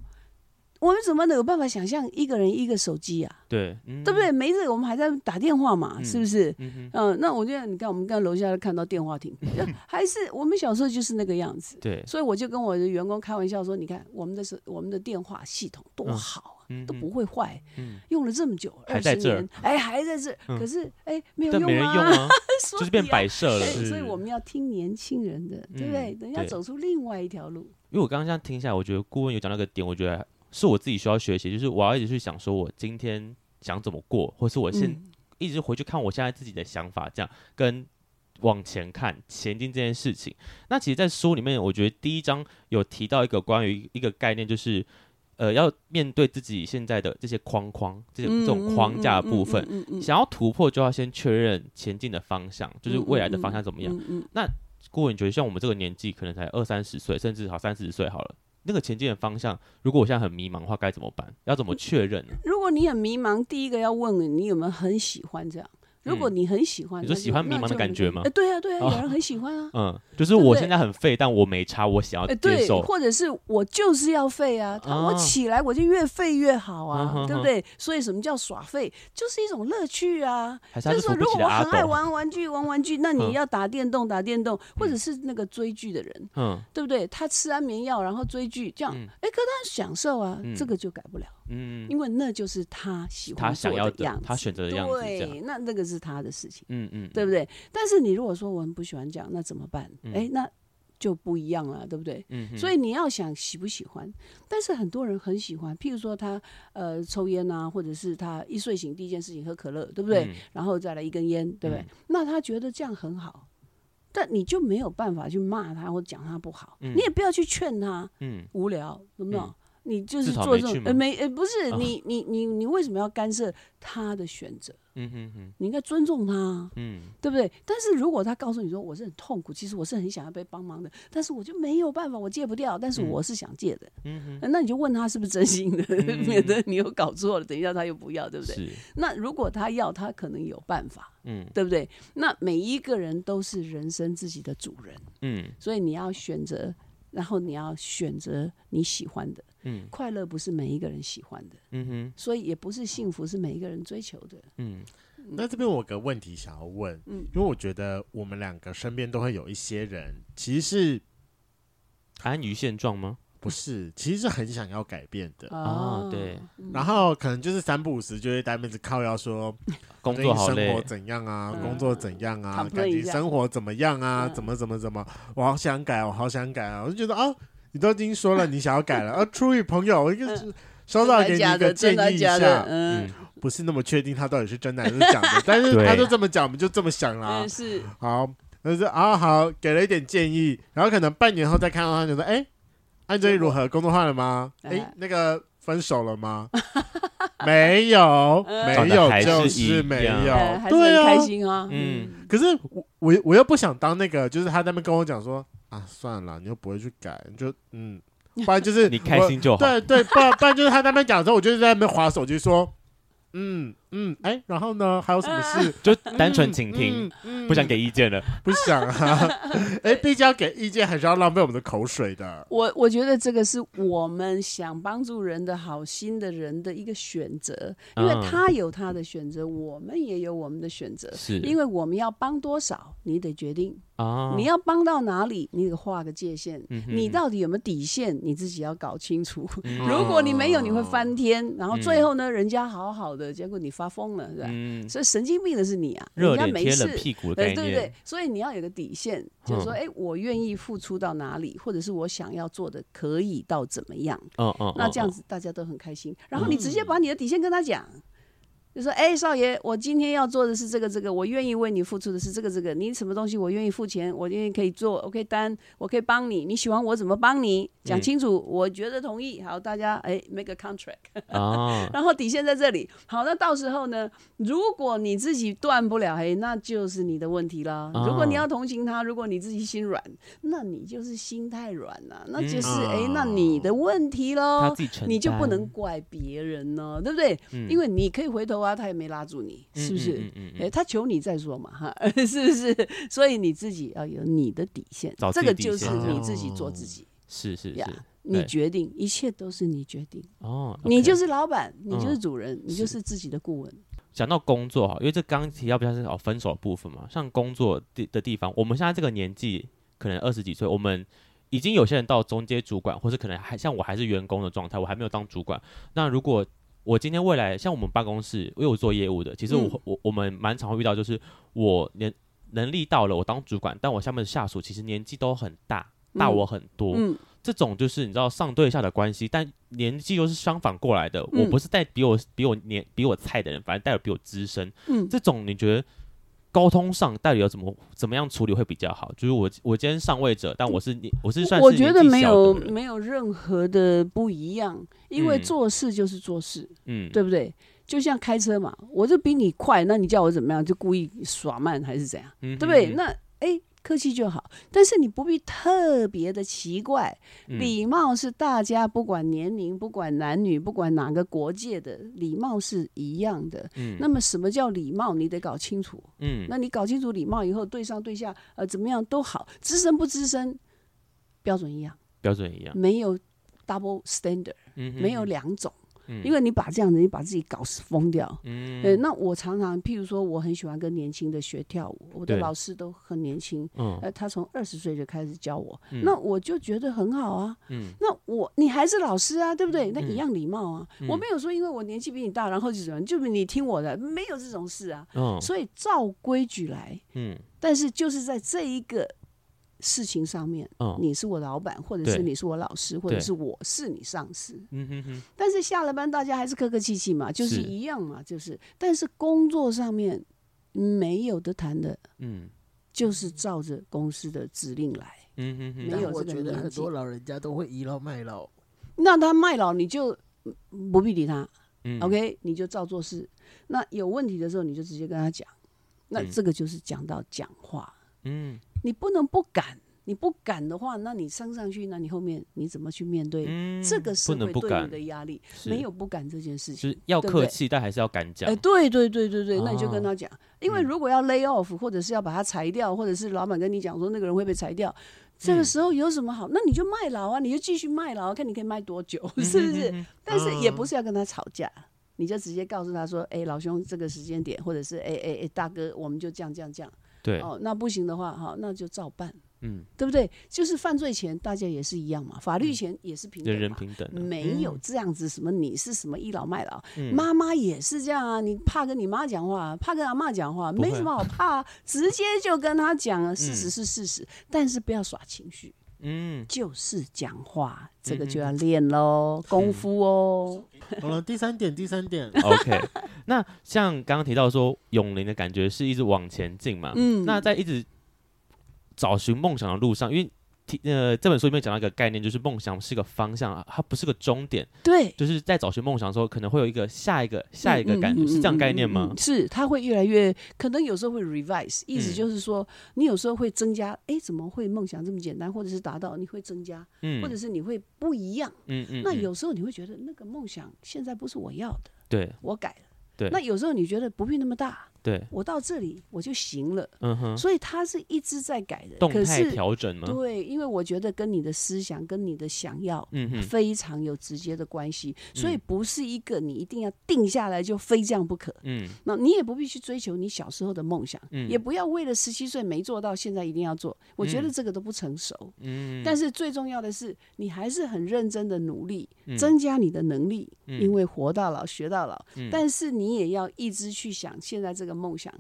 S3: 我们怎么能有办法想象一个人一个手机啊？
S2: 对，嗯
S3: 对不对？没这个，我们还在打电话嘛，
S2: 嗯
S3: 是不是？
S2: 嗯
S3: 嗯、那我觉得你看，我们刚楼下都看到电话亭，就还是我们小时候就是那个样子。
S2: 对，
S3: 所以我就跟我的员工开玩笑说：“你看，我们的手，我们的电话系统多好啊，
S2: 嗯
S3: 都
S2: 哼嗯
S3: 不会坏，用了这么久，
S2: 还
S3: 二
S2: 在
S3: 十
S2: 这儿
S3: 年，哎，还在这儿，
S2: 嗯
S3: 可是哎，没有
S2: 但
S3: 用
S2: 没人用
S3: 啊，
S2: 啊，
S3: 所
S2: 就是变
S3: 以啊
S2: 摆设了
S3: 哎，
S2: 是
S3: 所以我们要听年轻人的，对不对？
S2: 嗯
S3: 人家
S2: 对
S3: 走出另外一条路。
S2: 因为我刚刚这样听下来，我觉得顾问有讲到一个点，我觉得是我自己需要学习，就是我要一直去想，说我今天想怎么过，或是我现、
S3: 嗯
S2: 一直回去看我现在自己的想法，这样跟往前看、前进这件事情。那其实，在书里面，我觉得第一章有提到一个关于一个概念，就是呃要面对自己现在的这些框框，这些这种框架的部分，
S3: 嗯嗯嗯嗯嗯嗯
S2: 想要突破就要先确认前进的方向，就是未来的方向怎么样。
S3: 嗯嗯嗯
S2: 顾问，你觉得像我们这个年纪，可能才二三十岁，甚至好三十岁好了，那个前进的方向，如果我现在很迷茫的话，该怎么办？要怎么确认 呢？
S3: 如果你很迷茫，第一个要问你有没有很喜欢这样。如果你很喜欢，
S2: 嗯你说
S3: 那就
S2: 喜欢迷茫的感觉吗
S3: 那就哎对啊，对啊，
S2: 哦
S3: 有人很喜欢啊。
S2: 嗯，就是
S3: 对不
S2: 我
S3: 对
S2: 现在很废，但我没差，我想要
S3: 哎，
S2: 接
S3: 对，
S2: 受。
S3: 或者是我就是要废啊，他
S2: 啊
S3: 我起来我就越废越好
S2: 嗯哼哼
S3: 啊，对不对？所以什么叫耍废，就是一种乐趣啊。
S2: 还是他
S3: 就是
S2: 是
S3: 说，
S2: 扶
S3: 如
S2: 不起
S3: 果
S2: 的
S3: 我
S2: 阿
S3: 很爱
S2: 斗。
S3: 玩玩具，玩玩具，那
S2: 嗯
S3: 你要打电动，打电动，或者是那个追剧的人，
S2: 嗯
S3: 对不对？他吃安眠药，然后追剧，这样，
S2: 嗯
S3: 哎，可他享受啊
S2: 嗯，
S3: 这个就改不了，
S2: 嗯，
S3: 因为那就是他喜
S2: 他
S3: 欢做
S2: 想要
S3: 样
S2: 的，
S3: 子，
S2: 他选择的样子，这样。
S3: 对，那那个是他的事情，
S2: 嗯嗯，
S3: 对不对？但是你如果说我们不喜欢讲，那怎么办？哎，那就不一样了，对不对？
S2: 嗯，嗯，
S3: 所以你要想喜不喜欢，但是很多人很喜欢，譬如说他呃抽烟啊，或者是他一睡醒第一件事情喝可乐，对不对？
S2: 嗯
S3: 然后再来一根烟，对不对？
S2: 嗯
S3: 那他觉得这样很好，但你就没有办法去骂他或讲他不好，
S2: 嗯
S3: 你也不要去劝他，
S2: 嗯
S3: 无聊，懂不懂？
S2: 嗯
S3: 你就是
S2: 至少
S3: 做
S2: 没
S3: 这种
S2: 去，吗
S3: 呃，没，呃，不是
S2: 啊
S3: 你，你，你，你为什么要干涉他的选择？
S2: 嗯嗯嗯
S3: 你应该尊重他啊，
S2: 嗯
S3: 对不对？但是如果他告诉你说我是很痛苦，其实我是很想要被帮忙的，但是我就没有办法，我戒不掉，但是
S2: 嗯
S3: 我是想戒的，呃
S2: 嗯
S3: 那你就问他是不是真心的，
S2: 嗯
S3: 免得你又搞错了，等一下他又不要，
S2: 嗯，
S3: 对不对？
S2: 是，
S3: 那如果他要，他可能有办法，
S2: 嗯
S3: 对不对？那每一个人都是人生自己的主人，
S2: 嗯
S3: 所以你要选择，然后你要选择你喜欢的。
S2: 嗯
S3: 快乐不是每一个人喜欢的，
S2: 嗯哼
S3: 所以也不是幸福是每一个人追求的。
S2: 嗯
S1: 那这边我有个问题想要问，
S3: 嗯
S1: 因为我觉得我们两个身边都会有一些人，其实是
S2: 安于现状吗？
S1: 不是，其实是很想要改变的。
S3: 啊
S2: 哦对，
S3: 嗯
S1: 然后可能就是三不五时就会单辈子靠要说
S2: 工
S1: 最
S2: 作
S1: 近
S2: 好
S1: 生
S2: 累
S1: 活，怎样啊，
S3: 嗯
S1: 工作怎样啊
S3: 躺，平
S1: 感
S3: 一
S1: 情
S3: 下
S1: 生活怎么样啊，
S3: 嗯
S1: 怎么怎么怎么，我好想改，我好想改啊，我就觉得哦，你都已经说了你想要改了，啊，出于朋友，我一个是收到给
S3: 真
S1: 你
S3: 的假
S1: 一个
S3: 的，
S1: 建
S3: 嗯真的
S1: 议一
S3: 假的，
S1: 下，
S2: 嗯
S3: 嗯，
S1: 不是那么确定他到底是真的还是假的， 但是
S2: 对
S1: 他就这么讲，我们就这么想啦
S3: 嗯，是，
S1: 好，那是啊好，给了一点建议，然后可能半年后再看到他，就说，哎，安哲如何？工作换了吗？哎
S3: 哎，
S1: 那个分手了吗？ 没有，没有，就没
S2: 长得还是一
S1: 有
S2: 样
S3: 呃呃，还，是
S1: 对
S3: 很开
S1: 啊。
S3: 心啊，
S2: 嗯
S1: 可是我我我又不想当那个，就是他在那边跟我讲说啊，算了，你又不会去改，你就 嗯，不然就是
S2: 你开心就
S1: 我。
S2: 好。
S1: 对对，不然不然就是他在那边讲的时候，我就在那边划手机说，嗯嗯，哎，然后呢，还有什么事？
S2: 就单纯倾听
S1: 嗯，，嗯
S2: 不想给意见了。
S1: 不 想啊，哎，毕竟要给意见还是要浪费我们的口水的。
S3: 我我觉得这个是我们想帮助人的好心的人的一个选择，因为
S2: 嗯
S3: 他有他的选择，我们也有我们的选择。
S2: 是
S3: 因为我们要帮多少，你得决定；
S2: 啊，
S3: 你要帮到哪里，你得画个界限。
S2: 嗯哼
S3: 你到底有没有底线，你自己要搞 清楚。
S2: 嗯
S3: 如果你没有，你会翻天。然后
S2: 嗯
S3: 最后呢，人家好好的，结果你发疯了，是吧？
S2: 嗯，
S3: 所以神经病的是你啊，
S2: 热
S3: 人家
S2: 脸
S3: 没
S2: 贴
S3: 事
S2: 冷。屁股的
S3: 对
S2: 概
S3: 对对
S2: 念，，嗯
S3: 所以你要有个底线，就是说，哎，我愿意付出到哪里，或者是我想要做的可以到怎么样，
S2: 嗯嗯，
S3: 那这样
S2: 嗯
S3: 子大家都很开心。然后你直接把你的底线跟他讲，就说，哎，少爷，我今天要做的是这个这个，我愿意为你付出的是这个这个，你什么东西我愿意付钱，我愿意可以做，我可以担，我可以帮你，你喜欢我怎么帮
S2: 嗯
S3: 你，讲清楚，我觉得同意，好，大家哎 make a contract。
S2: 啊，
S3: 然后底线在这里。好，那到时候呢，如果你自己断不了，嘿，那就是你的问题啦。
S2: 啊
S3: 如果你要同情他，如果你自己心软，那你就是心太软了、那就是
S1: 嗯
S3: 哎、那你的问题
S2: 他
S3: 喽
S2: 自。己承担，
S3: 你就不能怪别人呢，对不对？
S2: 嗯，
S3: 因为你可以回头啊，他也没拉住你，
S2: 嗯
S3: 是不是？
S2: 嗯嗯嗯
S3: 哎，他求你再说嘛，哈， 是不是？所以你自己要有你的底线
S2: 找，自
S3: 这
S2: 己
S3: 个
S2: 底
S3: 就是
S2: 线
S3: 你自己做自己，
S2: 是是
S3: 呀
S2: 是，对
S3: 你决定，一切都是你决定。
S2: 哦，
S3: 你
S2: OK
S3: 就是老板，你就是
S2: 嗯
S3: 主人，你就是自己的顾问。
S2: 讲到工作哈，因为这刚提到比较是哦分手的部分嘛，像工作地的地方，我们现在这个年纪，可能二十几岁，我们已经有些人到中阶主管，或是可能还像我还是员工的状态，我还没有当主管。那如果我今天未来像我们办公室，因为我做业务的，其实我、
S3: 嗯
S2: 我我们蛮常会遇到，就是我年能力到了，我当主管，但我下面的下属其实年纪都很大，大
S3: 嗯
S2: 我很多。
S3: 嗯
S2: 这种就是你知道上对下的关系，但年纪又是相反过来的。
S3: 嗯
S2: 我不是带比我比我年比我菜的人，反而带有比我资深。
S3: 嗯，
S2: 这种你觉得沟通上到底要怎么怎么样处理会比较好？就是我我今天上位者，但我是你我是算是
S3: 我觉得
S2: 年纪
S3: 没
S2: 小
S3: 有
S2: 的人
S3: 没有任何的不一样，因为
S2: 嗯
S3: 做事就是做事，
S2: 嗯
S3: 对不对？就像开车嘛，我就比你快，那你叫我怎么样？就故意耍慢还是怎样？
S2: 嗯
S3: 对不对？
S2: 嗯
S3: 那哎，客气就好，但是你不必特别的奇怪。
S2: 嗯
S3: 礼貌是大家不管年龄、不管男女、不管哪个国界的礼貌是一样的。
S2: 嗯
S3: 那么什么叫礼貌？你得搞清楚。
S2: 嗯
S3: 那你搞清楚礼貌以后，对上对下，呃，怎么样都好，资深不资深，标准一样，
S2: 标准一样，
S3: 没有 double standard，
S2: 嗯
S3: 没有两种。
S2: 嗯
S3: 因为你把这样的，你把自己搞死疯掉。
S2: 嗯
S3: 对，那我常常，譬如说，我很喜欢跟年轻的学跳舞，我的
S2: 对
S3: 老师都很年轻，
S2: 嗯
S3: 呃，他从二十岁就开始教我，
S2: 嗯
S3: 那我就觉得很好啊。
S2: 嗯
S3: 那我你还是老师啊，对不对？那
S2: 嗯
S3: 一样礼貌啊。我没有说因为我年纪比你大，然后就怎么样，就是你听我的，没有这种事啊。
S2: 嗯
S3: 所以照规矩来，
S2: 嗯
S3: 但是就是在这一个事情上面，
S2: 嗯
S3: 你是我老板，或者是
S2: 对
S3: 你是我老师，或者
S2: 对
S3: 是我是你上司。
S2: 嗯哼哼
S3: 但是下了班大家还是客客气气嘛，就是
S2: 是
S3: 一样嘛，就是。但是工作上面没有得谈的，
S2: 嗯
S3: 就是照着公司的指令来。
S2: 嗯哼哼
S3: 没有
S4: 但我
S3: 这个
S4: 觉得
S3: 年
S4: 很
S3: 纪
S4: 多老人家都会倚老卖 老，
S3: 那他卖老你就嗯不必理他、
S2: 嗯
S3: o k 你就照做事。那有问题的时候你就直接跟他讲。那
S2: 嗯
S3: 这个就是讲到讲话，
S2: 嗯
S3: 你不能不敢，你不敢的话，那你升上去，那你后面你怎么去面对？
S2: 嗯
S3: 这个是
S2: 不能
S3: 会
S2: 不
S3: 对
S2: 敢
S3: 你的压力，
S2: 是
S3: 没有不敢这件事情
S2: 就。是要
S3: 对不
S2: 客
S3: 对
S2: 气，但还是要敢讲
S3: 哎，，对对对对对，那你就跟
S2: 哦
S3: 他讲，因为
S2: 嗯
S3: 如果要 lay off，或者是要把他裁掉，或者是老板跟你讲说那个人会被裁掉，这
S2: 嗯
S3: 个时候有什么好？那你就卖老啊，你就继续卖老啊，看你可以卖多久， 是不是？
S2: 嗯
S3: 但是也
S4: 嗯
S3: 不是要跟他吵架，你就直接告诉他说，哎，老兄，这个时间点，或者是哎哎哎，大哥，我们就这样这样这样。
S2: 对，
S3: 哦，那不行的话，哈，那就照办，
S2: 嗯，
S3: 对不对？就是犯罪前大家也是一样嘛，法律前也是平等
S2: 人嗯人
S3: 嘛。
S2: 平等啊，
S3: 没有
S2: 嗯
S3: 这样子，什么你是什么倚老卖老，
S2: 嗯
S3: 妈妈也是这样啊，你怕跟你妈讲话，怕跟阿妈讲话，
S2: 不会
S3: 没什么好怕、啊，直接就跟她讲啊，事实是事实，但是不要耍情绪，
S2: 嗯
S3: 就是讲话，这个
S2: 嗯
S3: 就要练喽，功夫哦。
S1: 好了，第三点，第三点，
S2: OK，那像刚刚提到说，永龄的感觉是一直往前进嘛，
S3: 嗯
S2: 那在一直找寻梦想的路上，因为提呃这本书里面讲到一个概念，就是梦想是个方向，啊，它不是个终点，
S3: 对，
S2: 就是在找寻梦想的时候，可能会有一个下一个下一个
S3: 嗯
S2: 感觉，
S3: 嗯嗯
S2: 是这样概念
S3: 嗯
S2: 吗
S3: 嗯？是，它会越来越，可能有时候会 revise，意思
S2: 嗯
S3: 就是说，你有时候会增加，哎，怎么会梦想这么简单，或者是达到，你会增加，
S2: 嗯，
S3: 或者是你会不一样。
S2: 嗯嗯，
S3: 那
S2: 嗯
S3: 有时候你会觉得那个梦想现在不是我要的，
S2: 对
S3: 我改了。
S2: 对
S3: 那有时候你觉得不必那么大，
S2: 对，
S3: 我到这里我就行了，
S2: 嗯哼，
S3: 所以它是一直在改的。
S2: 动
S3: 可
S2: 态
S3: 是
S2: 调整吗？
S3: 对，因为我觉得跟你的思想、跟你的想要
S2: 嗯哼，
S3: 非常有直接的关系，所以
S2: 嗯
S3: 不是一个你一定要定下来就非这样不可。
S2: 嗯
S3: 那你也不必去追求你小时候的梦想，
S2: 嗯
S3: 也不要为了十七岁没做到，现在一定要做。我觉得
S2: 嗯
S3: 这个都不成熟。
S2: 嗯，
S3: 但是最重要的是，你还是很认真的努力，
S2: 嗯
S3: 增加你的能力，
S2: 嗯
S3: 因为活到老学到老。
S2: 嗯
S3: 但是你也要一直去想，现在这个梦想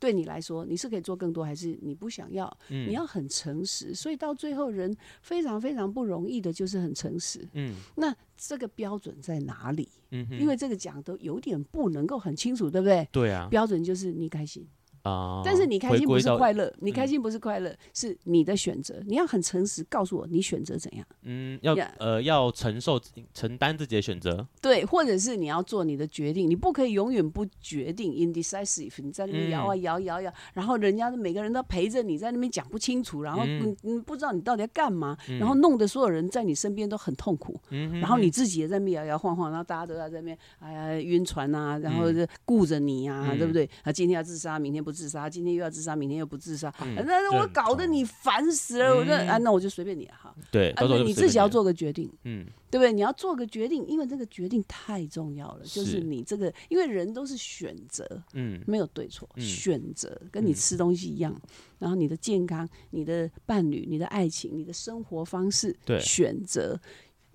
S3: 对你来说，你是可以做更多，还是你不想要？
S2: 嗯
S3: 你要很诚实。所以到最后，人非常非常不容易的就是很诚实。
S2: 嗯
S3: 那这个标准在哪里？
S2: 嗯哼，
S3: 因为这个讲都有点不能够很清楚，对不对？
S2: 对啊
S3: 标准就是你开心，
S2: 啊，
S3: 但是你开
S2: 回
S3: 心不
S2: 归
S3: 是
S2: 到
S3: 快乐，你
S2: 嗯
S3: 开心不是快乐，是你的选择。你要很诚实告诉我你选择怎样。
S2: 嗯要
S3: 呀
S2: 呃要承受承担自己的选择，
S3: 对，或者是你要做你的决定，你不可以永远不决定，indecisive。你在那边摇啊
S2: 嗯
S3: 摇摇摇，然后人家每个人都陪着你在那边讲不清楚，然后
S2: 嗯
S3: 嗯嗯不知道你到底要干嘛，
S2: 嗯
S3: 然后弄得所有人在你身边都很痛苦，
S2: 嗯哼，
S3: 然后你
S2: 嗯
S3: 自己也在那边摇摇晃晃，然后大家都要在那边哎呀晕船啊，然后就顾着你啊，
S2: 嗯
S3: 对不对？啊，今天要自杀，明天不自杀，今天又要自杀，明天又不自杀，
S2: 嗯
S3: 啊那那我
S1: 正
S3: 搞得
S1: 常
S3: 你烦死了，我那啊
S2: 嗯
S3: 那我就随便你了哈，
S2: 对，
S3: 啊
S2: 到时候
S3: 那
S2: 就
S3: 你
S2: 随
S3: 自
S2: 便
S3: 己要
S2: 了，
S3: 做个决定。
S2: 嗯
S3: 对不对？你要做个决定，因为这个决定太重要了。就是是你这个，因为人都是选择，
S2: 嗯
S3: 没有对错，
S2: 嗯
S3: 选择跟你
S2: 嗯
S3: 吃东西一样。然后你的健康、你的伴侣、你的爱情、你的生活方式，
S2: 对
S3: 选择。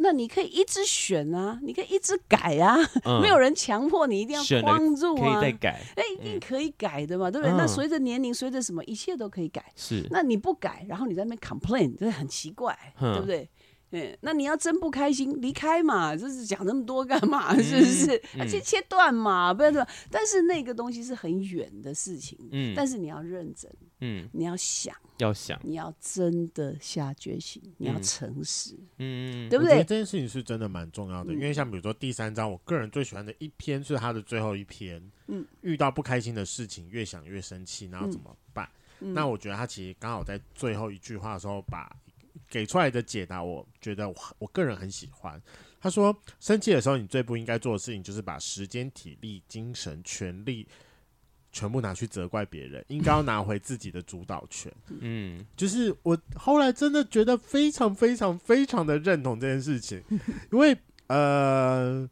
S3: 那你可以一直选啊，你可以一直改啊，
S2: 嗯，
S3: 没有人强迫你一定要
S2: 选了
S3: 框住
S2: 可以
S3: 啊
S2: 再。 改，
S3: 那一定可以改的嘛，对不对？
S2: 嗯
S3: 那随着年龄，随着什么，一切都可以改。
S2: 是
S3: 那你不改，然后你在那边 complain，这很奇怪，
S2: 嗯
S3: 对不对？嗯，那你要真不开心，离开嘛，就是讲那么多干嘛？
S1: 嗯
S3: 是不是？而且切断嘛，不要说。但是那个东西是很远的事情，
S2: 嗯
S3: 但是你要认真，
S2: 嗯，
S3: 你要想，
S2: 要想，
S3: 你要真的下决心，你要
S2: 嗯
S3: 诚实，
S2: 嗯，
S3: 对不
S1: 我觉得
S3: 对？嗯
S1: 这件事情是真的蛮重要的，因为像比如说第三章，我个人最喜欢的一篇是他的最后一篇，
S3: 嗯，
S1: 遇到不开心的事情，越想越生气，然后怎么办？
S3: 嗯
S1: 那我觉得他其实刚好在最后一句话的时候把给出来的解答，我觉得我我个人很喜欢。他说，生气的时候，你最不应该做的事情就是把时间、体力、精神、权力全部拿去责怪别人，应该要拿回自己的主导权。
S2: 嗯，
S1: 就是我后来真的觉得非常非常非常的认同这件事情，因为呃，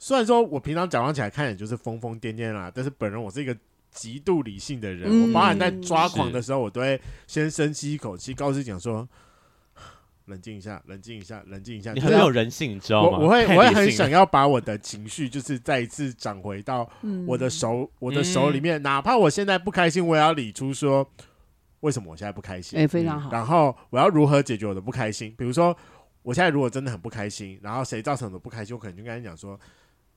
S1: 虽然说我平常假装起来看也就是疯疯癫癫啦，但是本人我是一个极度理性的人，
S3: 嗯
S1: 我包含在抓狂的时候，我都会先深吸一口气，告诉自己讲说， 冷静一下，冷静一下，冷静一下，
S2: 你
S1: 就
S2: 很
S1: 是
S2: 没有人性，你知道
S1: 我
S2: 吗？
S1: 我会
S2: 太
S1: 我会
S2: 理
S1: 很
S2: 性
S1: 想
S2: 了，
S1: 要把我的情绪，就是再一次长回到
S3: 嗯
S1: 我的手、我的手里面，哪怕我现在不开心，我也要理出说为什么我现在不开心，
S3: 哎，非常好。
S1: 然后我要如何解决我的不开心。比如说，我现在如果真的很不开心，然后谁造成我的不开心，我可能就跟他讲说，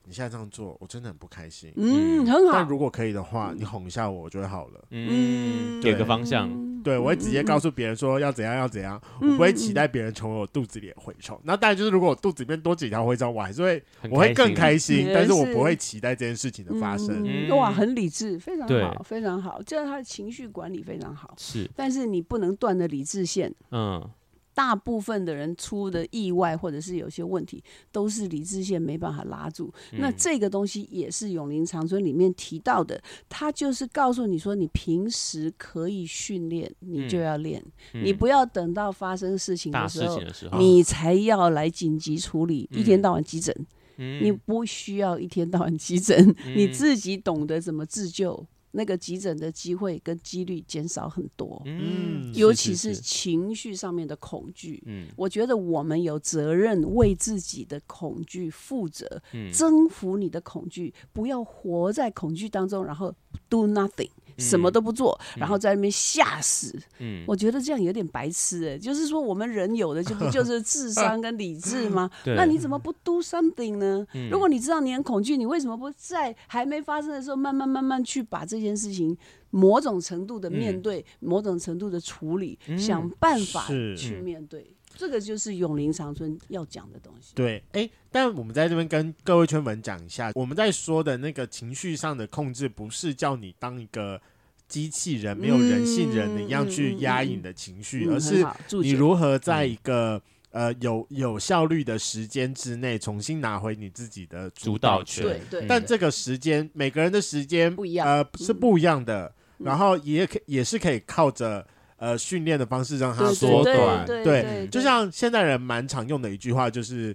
S1: 你现在这样做，我真的很不开心。
S3: 嗯，很
S1: 但
S3: 好。
S1: 如果可以的话，你哄一下我，我就会好了。
S2: 嗯，
S1: 对
S2: 给个方向，
S1: 对，我会直接告诉别人说要怎样要怎样，我不
S3: 嗯
S1: 会期待别人从我肚子里的蛔虫。那当然就是，如果我肚子里面多几条蛔虫，我还是会
S2: 很
S1: 我会更
S2: 心
S1: 开心，
S3: 也
S1: 但是我
S3: 是
S1: 不会期待这件事情的发生。
S3: 嗯
S2: 嗯
S3: 哇，很理智，非常
S2: 对
S3: 好，非常好。这他的情绪管理非常好，
S2: 是，
S3: 但是你不能断了理智线。
S2: 嗯，
S3: 大部分的人出的意外或者是有些问题，都是理智线没办法拉住。那
S2: 嗯
S3: 这个东西也是《永龄长春》里面提到的，它就是告诉你说，你平时可以训练，你就
S2: 嗯
S3: 要练，你
S2: 嗯
S3: 不要等到发生事情
S2: 大
S3: 的时
S2: 事
S3: 候
S2: 情。的啊嗯时候，
S3: 你才要来紧急处理，一天到晚急诊，你
S2: 你
S3: 不需要一天到晚急诊，你
S2: 嗯
S3: 自己懂得怎么自救，那个急诊的机会跟几率减少很多，
S2: 嗯，
S3: 尤其
S2: 是
S3: 是情绪上面的恐惧。
S2: 嗯
S3: 我觉得我们有责任为自己的恐惧负责，
S2: 嗯
S3: 征服你的恐惧，不要活在恐惧当中，然后 do nothing，、什么都不做，然后在那边吓死。
S2: 嗯，
S3: 我觉得这样有点白痴哎、就是说我们人有的就不就是智商跟理智吗？
S2: 对
S3: 那你怎么不 do something 呢？
S2: 嗯
S3: 如果你知道你很恐惧，你为什么不在还没发生的时候，慢慢慢慢去把这件事情某种程度的面对，某种程度的处理，想办
S1: 嗯
S3: 法
S1: 是
S3: 去
S2: 嗯
S3: 面对？这个就是永龄长春要讲的东西。
S1: 对，哎，但我们在这边跟各位圈粉讲一下，我们在说的那个情绪上的控制，不是叫你当一个机器人、没有人性人的一样去压抑你的情绪，
S3: 嗯
S1: 而
S3: 很
S1: 是
S3: 好嗯注
S1: 你
S3: 解
S1: 如何在一个、呃有有效率的时间之内，重新拿回你自己的
S2: 主
S1: 导
S2: 导权
S3: 对对，
S1: 但这个时间，每个人的时间
S3: 不一样嗯
S1: 呃，是不一样的。然后也可也是可以靠着呃训练的方式让它
S3: 对
S1: 缩
S2: 对
S1: 短。
S3: 对对对
S1: 就像现代人蛮常用的一句话就是。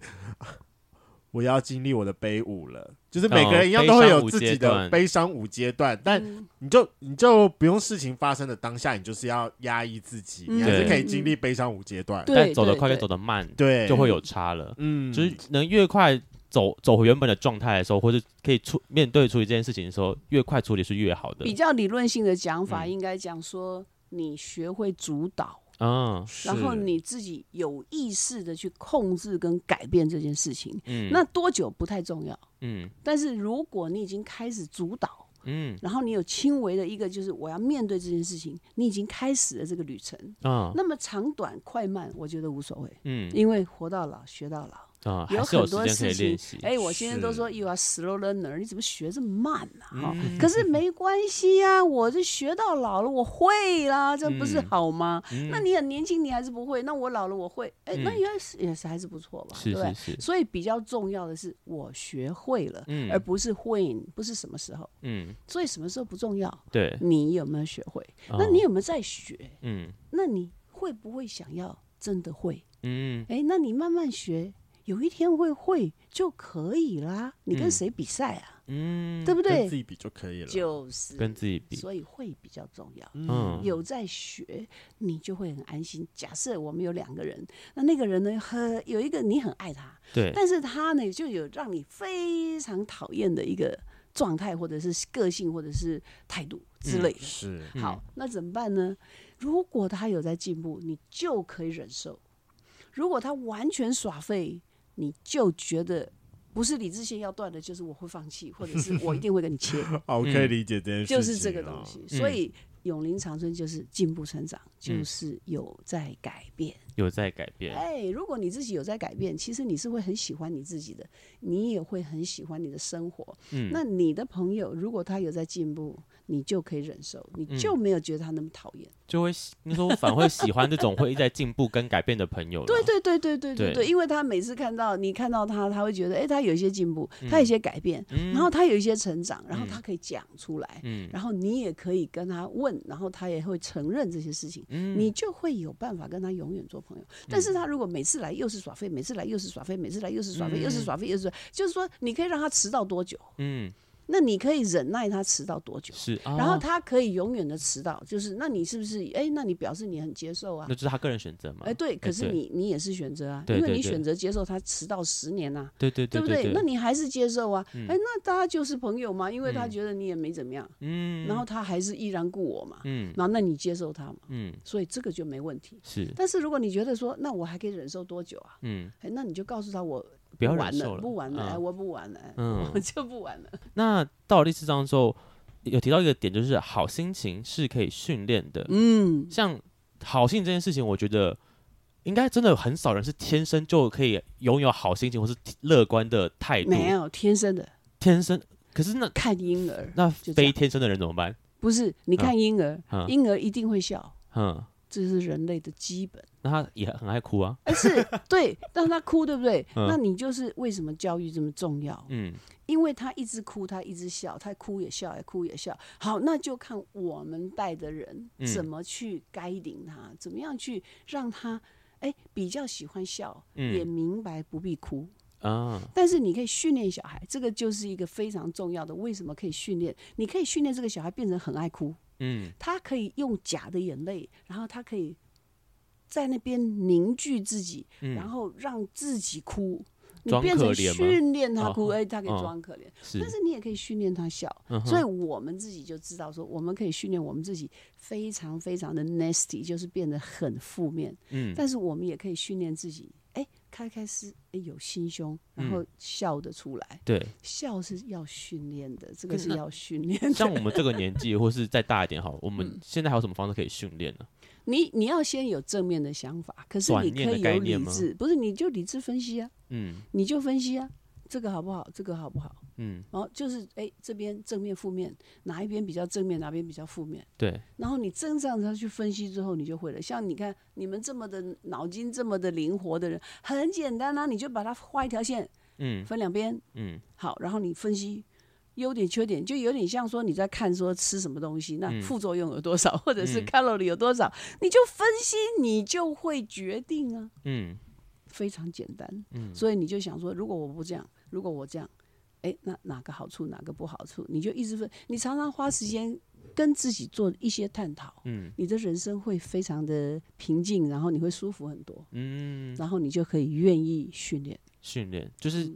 S1: 我要经历我的悲舞了，就是每个人一样
S2: 哦
S1: 都会
S2: 悲伤
S1: 有
S2: 五
S1: 自己
S2: 阶
S1: 的
S2: 段
S1: 悲伤五阶段，但
S3: 嗯
S1: 你就你就不用事情发生的当下，你就是要压抑自己，你还是
S2: 对
S1: 可以经历悲伤五阶段。
S3: 对
S2: 但走得
S3: 对
S2: 快跟
S3: 对
S2: 走得慢
S1: 对，
S2: 就会有差了，
S1: 嗯，
S2: 就是能越快走走回原本的状态的时候，或者可以处面对处理这件事情的时候，越快处理是越好的
S3: 比，较理论性的讲法，
S2: 嗯
S3: 应该讲说你学会主导。
S2: 嗯
S3: 然后
S1: 是
S3: 你自己有意识的去控制跟改变这件事情，
S2: 嗯，
S3: 那多久不太重要。
S2: 嗯
S3: 但是如果你已经开始主导，
S2: 嗯
S3: 然后你有轻微的一个就是我要面对这件事情，你已经开始了这个旅程。
S2: 啊
S3: 那么长短快慢，我觉得无所谓，
S2: 嗯
S3: 因为活到老学到老。
S2: 啊，还是
S3: 很
S2: 有时
S3: 多
S2: 间可以
S3: 事
S2: 练
S3: 情
S2: 习，，
S3: 哎，我现在都
S1: 是
S3: 说 you are slow learner，你怎么学这么慢呢、
S2: 嗯
S3: 哈、可是没关系呀、我这学到老了，我会啦，这不是
S2: 嗯
S3: 好吗？那
S2: 嗯
S3: 你很年轻，你还是不会，那我老了我会，哎、那
S2: 嗯
S3: 也是也是还是不错吧，
S2: 是
S3: 对不对
S2: 是？是，
S3: 所以比较重要的是我学会了，
S2: 嗯
S3: 而不是 when，不是什么时候。
S2: 嗯
S3: 所以什么时候不重要，
S2: 对，
S3: 你有没有学会？那
S2: 哎哦
S3: 你有没有在学？
S2: 嗯
S3: 那你会不会想要真的会？
S2: 嗯
S3: 哎，那你慢慢学，有一天会会就可以啦。你跟
S2: 嗯
S3: 谁比赛啊？
S2: 嗯，
S3: 对不
S1: 跟
S3: 对
S1: 自？己比就可以了。
S3: 就是
S2: 跟自己比，
S3: 所以会比较重要。
S2: 嗯
S3: 有在学，你就会很安心。假设我们有两个人，那那个人呢，很有一个你很爱他，
S2: 对，
S3: 但是他呢就有让你非常讨厌的一个状态，或者是个性，或者是态度之类的。
S1: 嗯是嗯
S3: 好，那怎么办呢？如果他有在进步，你就可以忍受；如果他完全耍废，你就觉得不是理智线要断的，就是我会放弃，或者是我一定会跟你切，
S1: 哦，我可 以理解这件事情，哦
S3: 就是这个东。西。
S1: 嗯
S3: 所以永龄长春就是进步成长，就是有在改变。
S2: 有在改变，
S3: 哎，如果你自己有在改变，其实你是会很喜欢你自己的，你也会很喜欢你的生活。
S2: 嗯
S3: 那你的朋友如果他有在进步，你就可以忍受，
S2: 嗯
S3: 你就没有觉得他那么讨厌。
S2: 就会喜你说我反而会喜欢这种会一直在进步跟改变的朋友了。
S3: 对对对对对
S2: 对
S3: 对对，因为他每次看到你看到他，他会觉得，哎，他有一些进步，他有一些改变，
S2: 嗯，
S3: 然后他有一些成长，然后
S2: 嗯
S3: 他可以讲出来，
S2: 嗯
S3: 然后你也可以跟他问，然后他也会承认这些事情。
S2: 嗯
S3: 你就会有办法跟他永远做朋友。但是他如果每次来又是耍废，每次来又是耍废，每次来又是耍废，又是耍废，又是耍废就是说你可以让他迟到多久，
S2: 嗯
S3: 那你可以忍耐他迟到多久，
S2: 是，
S3: 然后
S2: 哦
S3: 他可以永远的迟到，就是那你是不是？哎，那你表示你很接受啊
S2: 那？就是他个人选择嘛。
S3: 哎，对，可是
S2: 对
S3: 你你也是选择啊，
S2: 对
S3: 因为
S2: 对
S3: 你
S2: 对
S3: 选择接受他迟到十年呐、
S2: 对对
S3: 对不
S2: 对
S3: 对？那你还是接受啊？
S2: 嗯
S3: 哎，那大家就是朋友嘛，因为他
S2: 嗯
S3: 觉得你也没怎么样，
S2: 嗯，
S3: 然后他还是依然故我嘛，
S2: 嗯
S3: 然后那你接受他嘛，
S2: 嗯
S3: 所以这个就没问题。
S2: 是
S3: 但是如果你觉得说，那我还可以忍受多久啊？
S2: 嗯，
S3: 哎，那你就告诉他我
S2: 不要忍
S3: 玩
S2: 受
S3: 了，不玩了，哎，
S2: 嗯
S3: 我不玩了，哎
S2: 嗯
S3: 我就不玩了。
S2: 那到了第四章之后，有提到一个点，就是好心情是可以训练的。
S3: 嗯，
S2: 像好心情这件事情，我觉得应该真的很少人是天生就可以拥有好心情或是乐观的态度，
S3: 没有天生的，
S2: 天生。可是那
S3: 看婴儿
S2: 那
S3: 就这
S2: 非
S3: 样
S2: 天生的人怎么办？
S3: 不是你看婴儿，
S2: 嗯
S3: 婴儿一定会笑，
S2: 嗯，
S3: 这是人类的基本。
S2: 那他也很爱哭啊。
S3: 哎，是对，让他哭，对不对？
S2: 嗯
S3: 那你就是为什么教育这么重要？
S2: 嗯
S3: 因为他一直哭，他一直笑，他哭也笑，也哭也笑。好，那就看我们带的人
S2: 嗯
S3: 怎么去该领他，怎么样去让他哎比较喜欢笑，也
S2: 嗯
S3: 明白不必哭。
S2: 啊
S3: 但是你可以训练小孩，这个就是一个非常重要的。为什么可以训练？你可以训练这个小孩变成很爱哭，
S2: 嗯
S3: 他可以用假的眼泪，然后他可以在那边凝聚自己，
S2: 嗯，
S3: 然后让自己哭。你
S2: 装
S3: 变
S2: 可
S3: 成
S2: 怜吗
S3: 训练他
S2: 哦
S3: 哭，哎、他可以
S2: 哦
S3: 装可怜。
S2: 是
S3: 但是你也可以训练他笑，
S2: 嗯哼
S3: 所以我们自己就知道说，我们可以训练我们自己非常非常的 nasty，就是变得很负面。
S2: 嗯
S3: 但是我们也可以训练自己，哎，开开心，哎，有心胸，然
S2: 嗯
S3: 后笑得出来，
S2: 对，
S3: 笑是要训练的，这个
S2: 可是
S3: 是嗯
S2: 那
S3: 要训练 的。
S2: 像我们这个年纪，或是再大一点好，我们现在还有什么方式可以训练呢？
S3: 你你要先有正面的想法，可是
S2: 转
S3: 你
S2: 念
S3: 可
S2: 的
S3: 以
S2: 概
S3: 有
S2: 念
S3: 理
S2: 吗
S3: 智，不是你就理智分析啊，
S2: 嗯
S3: 你就分析啊，这个好不好，这个好不好，
S2: 嗯，
S3: 然后就是哎这边正面负面，哪一边比较正面，哪边比较负面。
S2: 对，
S3: 然后你真这样子去分析之后，你就会了。像你看你们这么的脑筋这么的灵活的人，很简单啊，你就把它画一条线，
S2: 嗯
S3: 分两边，
S2: 嗯
S3: 好，然后你分析优点缺点，就有点像说你在看说吃什么东西，那
S2: 嗯
S3: 副作用有多少，或者是
S2: 嗯
S3: calorie 有多少，你就分析，你就会决定啊，
S2: 嗯
S3: 非常简单。
S2: 嗯
S3: 所以你就想说，如果我不这样，如果我这样。哎，那哪个好处，哪个不好处，你就一直分。你常常花时间跟自己做一些探讨，
S2: 嗯
S3: 你的人生会非常的平静，然后你会舒服很多，
S2: 嗯，
S3: 然后你就可以愿意训练。
S2: 训
S3: 嗯
S2: 练就是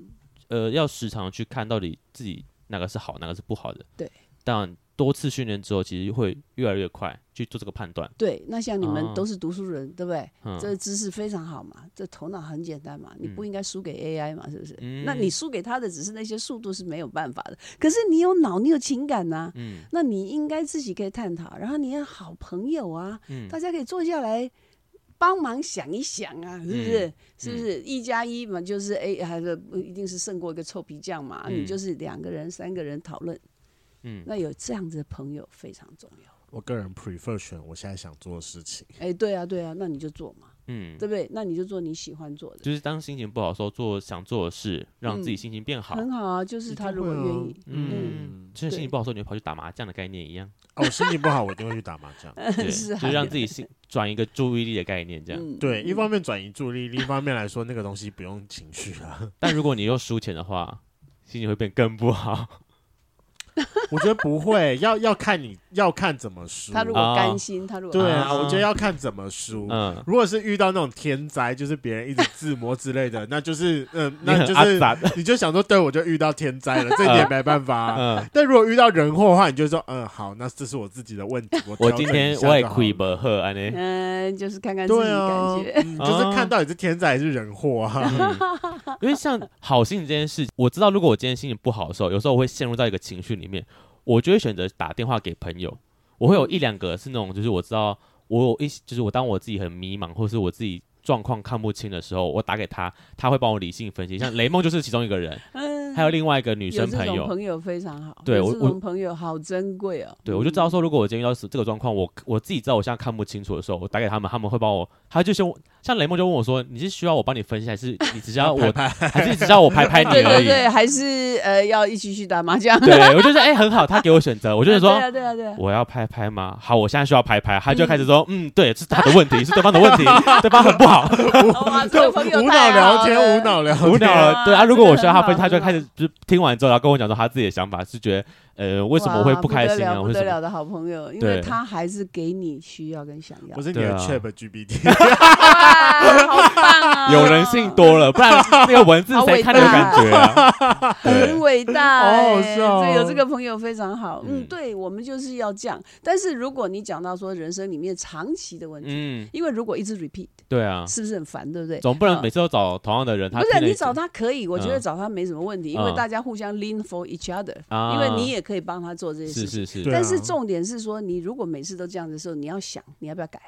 S2: 呃，要时常去看到底自己哪个是好，哪个是不好的。
S3: 对，
S2: 但多次训练之后，其实会越来越快去做这个判断。
S3: 对，那像你
S2: 哦
S3: 们都是读书人，对不对？
S2: 嗯，
S3: 这知识非常好嘛，这头脑很简单嘛，你不应该输给 AI 嘛，是不是？
S2: 嗯
S3: 那你输给他的只是那些速度是没有办法的，可是你有脑，你有情感呐、
S2: 嗯
S3: 那你应该自己可以探讨，然后你有好朋友啊，
S2: 嗯
S3: 大家可以坐下来帮忙想一想啊，是不是？
S2: 嗯
S3: 是不是一加一嘛？就是哎，还是不一定是胜过一个臭皮匠嘛？
S2: 嗯
S3: 你就是两个人、三个人讨论，
S2: 嗯
S3: 那有这样子的朋友非常重要。
S1: 我个人 prefer 选我现在想做的事情。
S3: 哎，对啊，对啊，那你就做嘛，
S2: 嗯，
S3: 对不对？那你就做你喜欢做的，
S2: 就是当心情不好的时候，做想做的事，让自己
S3: 嗯
S2: 心情变好。
S3: 很好啊。就是他如果愿意，
S2: 嗯
S3: 嗯，
S2: 就是心情
S3: 对
S2: 不好的时候，你会跑去打麻将的概念一样，
S1: 哦，我心情不好，我一定会去打麻将。
S2: 对，
S3: 是啊
S2: 就是让自己心转一个注意力的概念这样。
S3: 嗯
S1: 对，一方面转移注意力，另一方面来说，那个东西不用情绪啊。
S2: 但如果你又输钱的话，心情会变更不好。
S1: 我觉得不会，要要看你要看怎么输。
S3: 他如果甘心，他如果
S1: 对啊，
S2: 啊
S1: 我觉得要看怎么输。
S2: 嗯，
S1: 如果是遇到那种天灾，就是别人一直自摸之类的，那就是嗯，那就
S2: 你很
S1: 是
S2: 阿 杂
S1: 你就想说，对我就遇到天灾了，这一点没办法 啊、
S2: 嗯，
S1: 但如果遇到人祸的话，你就说，嗯，好，那这是我自己的 问题，
S2: 我
S1: 调整
S2: 今天
S1: 一下
S2: 我也
S1: 就好
S2: 亏
S1: 了
S2: 不喝安尼，
S3: 嗯，就是看看自己
S1: 对
S3: 感
S1: 啊
S3: 觉。，
S1: 嗯，就是
S2: 哦
S1: 看到底是天灾还是人祸啊。
S2: 嗯因为像好心情这件事，我知道如果我今天心情不好的时候，有时候我会陷入到一个情绪里面，我就会选择打电话给朋友。我会有一两个是那种，就是我知道我有一些，就是我当我自己很迷茫，或是我自己状况看不清的时候，我打给他，他会帮我理性分析。像雷梦就是其中一个人，
S3: 嗯，
S2: 还有另外一个女
S3: 有
S2: 生
S3: 这
S2: 朋
S3: 种
S2: 友。
S3: 朋友非常好，
S2: 对
S3: 有
S2: 我
S3: 这
S2: 我
S3: 种朋友好珍贵哦。
S2: 对，我就知道说，如果我今天遇到这个状况，我我自己知道我现在看不清楚的时候，我打给他们，他们会帮我。他就像像雷梦就问我说：“你是需要我帮你分析，还是你只需要 我，还是你只需要我拍拍你
S3: 对
S2: 而
S3: 对
S2: 已？”
S3: 对，还是呃要一起去打麻 将。
S2: 对，我就说哎、很好，他给我选择，我
S3: 我
S2: 就是
S3: 对
S2: 说
S3: 啊对啊对啊，
S2: 我要拍拍吗？好，我现在需要拍拍，他就开始说嗯对，是他的问题，是对方的问 题，对方很不好，
S3: 啊 哇， 这个朋友
S1: 无脑
S3: 太
S1: 聊
S3: 好
S1: 天，
S3: 了
S1: 无脑聊
S2: 无
S1: 天。
S2: 聊了。对
S3: 啊
S2: 啊，如果我需要他分
S3: 真
S2: 析，
S3: 的
S2: 他就
S3: 很好
S2: 会开始就是听完之后，然后跟我讲说他自己的想法，是觉得呃为什么我会
S3: 哇不
S2: 开心
S3: 得
S2: 啊，
S3: 了
S2: 或者
S3: 不得
S2: 什么
S3: 了的好朋友，因
S2: 对
S3: 为他还是给你需要跟想要
S1: 我。是你的
S2: 对啊
S1: Chat GPT，
S3: 哇，好棒啊！
S2: 有人性多了，不然那个文字
S3: 好
S2: 谁
S3: 伟
S2: 看都有感觉啊。 对
S3: 很伟 大、
S1: 哦
S3: 欸
S1: 是哦
S3: 这有这个朋友非常好。嗯，
S2: 嗯
S3: 对，我们就是要这样。但是如果你讲到说人生里面长期的问题，
S2: 嗯，
S3: 因为如果一直 repeat，
S2: 对啊，
S3: 是不是很烦，对不对？
S2: 总不能
S3: 啊
S2: 每次都找同样的人，他
S3: 不是
S2: 听了
S3: 你
S2: 一
S3: 找
S2: 集
S3: 他可以，我觉得
S2: 嗯
S3: 找他没什么问题，因为
S2: 嗯
S3: 大家互相 lean for each other，、
S2: 啊，
S3: 因为你也可以帮他做这些事
S2: 是是
S3: 情。
S2: 是，
S1: 对
S3: 但
S1: 啊
S3: 是重点是说，你如果每次都这样的时候，你要想你要不要改，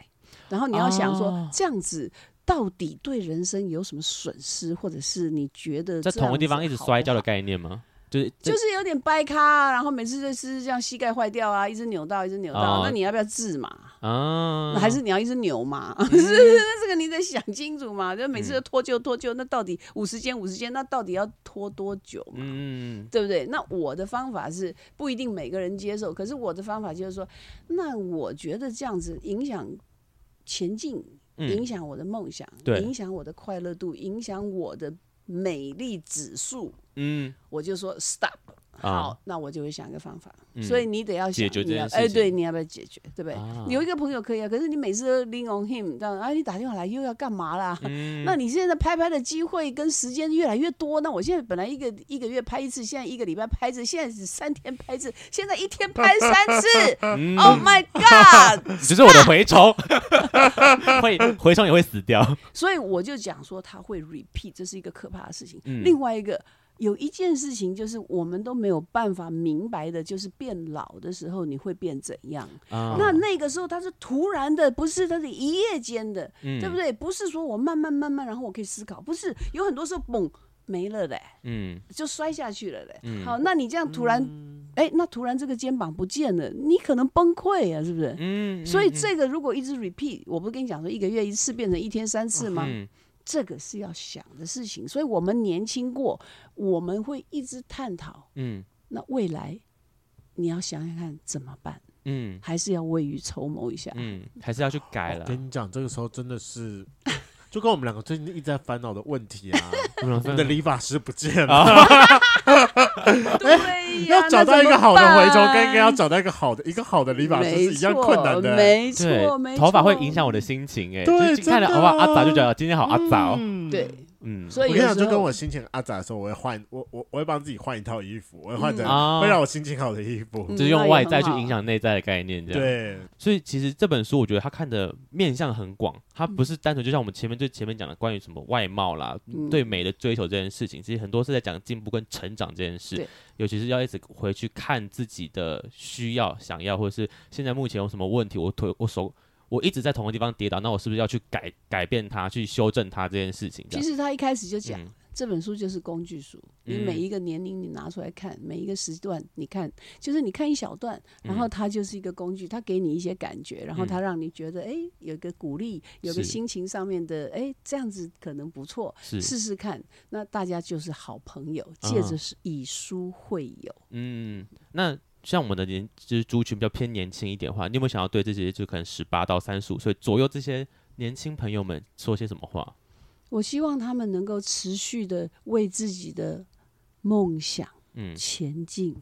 S3: 然后你要想说、
S2: 哦
S3: 这样子到底对人生有什么损失，或者是你觉得
S2: 在
S3: 这样
S2: 同一个地方
S3: 子啊
S2: 一直
S3: 好
S2: 摔
S3: 不
S2: 跤的
S3: 好
S2: 概念吗？就是
S3: 就是有点掰咖、啊，然后每次就是这样膝盖坏掉啊，一直扭到，一直扭到，
S2: 哦
S3: 那你要不要治嘛？
S2: 啊，
S3: 那还是你要一直扭嘛？
S2: 嗯
S3: 是是是，这个你得想清楚嘛。就每次都脱臼脱臼，那到底五十间五十间，那到底要拖多久嘛？
S2: 嗯。
S3: 对不对？那我的方法是不一定每个人接受，可是我的方法就是说，那我觉得这样子影响前进，影
S2: 嗯
S3: 响我的梦想，
S2: 对
S3: 影响我的快乐度，影响我的美丽指数，
S2: 嗯
S3: 我就说 stop。
S2: 啊
S3: 好，那我就会想一个方法。
S2: 嗯
S3: 所以你得要想
S2: 解决这
S3: 你要
S2: 件事
S3: 哎，
S2: 情
S3: 对，你要不要解决，对不对？
S2: 啊
S3: 有一个朋友可以啊，可是你每次都 lean on him，这样啊，你打电话来又要干嘛啦？
S2: 嗯
S3: 那你现在拍拍的机会跟时间越来越多，那我现在本来一个一个月拍一次，现在一个礼拜拍一次，现在只三天拍一次，现在一天拍 三次
S2: 嗯
S3: ，Oh my god！
S2: 只是我的蛔虫，会蛔虫也会死掉。
S3: 所以我就讲说他会 repeat，这是一个可怕的事情。
S2: 嗯
S3: 另外一个。有一件事情就是我们都没有办法明白的，就是变老的时候你会变怎样？
S2: 啊
S3: 那那个时候它是突然的，不是它是一夜间的，对不
S2: 对？
S3: 对？不是说我慢慢慢慢，然后我可以思考，不是有很多时候嘣没了嘞，
S2: 嗯
S3: 就摔下去了嘞。
S2: 嗯
S3: 好，那你这样突然，哎、那突然这个肩膀不见了，你可能崩溃啊，是不是？
S2: 嗯
S3: 所以这个如果一直 repeat，我不是跟你讲说一个月一次变成一天三次吗？
S2: 嗯
S3: 这个是要想的事情。所以我们年轻过，我们会一直探讨
S2: 嗯
S3: 那未来，你要想想看怎么办，
S2: 嗯
S3: 还是要未雨绸缪一下。
S2: 嗯，还是要去改
S1: 我
S2: 了。
S1: 跟你讲，这个时候真的是，就跟我们两个最近一直在烦恼的问题啊，
S2: 我们
S1: 我
S2: 分
S1: 们的理发师不见了。
S3: 对 呀，
S1: 要找到一个好的
S3: 那
S1: 蛔
S3: 怎么
S1: 虫，
S3: 办
S1: 跟应该要找到一个好的一个好的理发师是一样困难的。
S3: 没错，没
S2: 对
S3: 错，没错
S2: 头发会影响我的心情哎，
S1: 对
S2: 就是看了
S1: 真的
S2: 头
S1: 啊
S2: 发阿杂就觉得今天好阿杂哦，
S1: 嗯，
S3: 对，
S2: 嗯
S3: 所
S1: 我
S3: 以
S1: 跟你
S3: 有
S1: 讲，
S3: 时
S1: 就跟
S3: 候
S1: 我心情阿杂的时候，我会换我我我会帮自己换一套衣服，我会换成
S2: 啊
S1: 会让我心情好的衣服
S3: 嗯。
S2: 就是用外在去影响内在的概念这样。
S1: 对，
S2: 所以其实这本书我觉得它看的面向很广，它不是单纯就像我们前面最前面讲的关于什么外貌啦、
S3: 嗯
S2: 对美的追求这件事情，其实很多是在讲进步跟成长这件事
S3: 对，
S2: 尤其是要一直回去看自己的需要、想要，或者是现在目前有什么问题，我腿我手我一直在同一个地方跌倒，那我是不是要去改改变它、去修正它这件事情？这
S3: 其
S2: 样
S3: 实他一开始就讲，
S2: 嗯
S3: 这本书就是工具书，你
S2: 嗯
S3: 每一个年龄你拿出来看，每一个时段你看，就是你看一小段，
S2: 嗯
S3: 然后它就是一个工具，它给你一些感觉，然后它让你觉得哎有一个鼓励，有
S2: 是
S3: 个心情上面的哎这样子可能不错，
S2: 是
S3: 试试看。那大家就是好朋友，
S2: 啊
S3: 借着是以书会友。
S2: 嗯，那像我们的年就是族群比较偏年轻一点的话，你有没有想要对这些就可能十八到三十五岁左右这些年轻朋友们说些什么话？
S3: 我希望他们能够持续的为自己的梦想
S2: 嗯
S3: 前进。